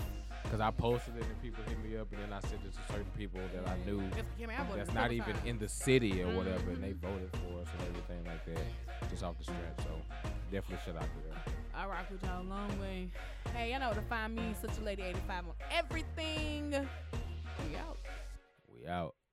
C: Cause I posted it and people hit me up, and then I sent it to certain people that I knew
B: That's, I mean, I voted
C: that's
B: a
C: not
B: couple
C: even
B: times. Mm-hmm.
C: in the city or whatever, and they voted for us and everything like that, just off the strength. So definitely shout out to them.
B: I rock with y'all a long way. Hey, y'all know where to find me, such a lady 85 on everything. We out.
C: We out.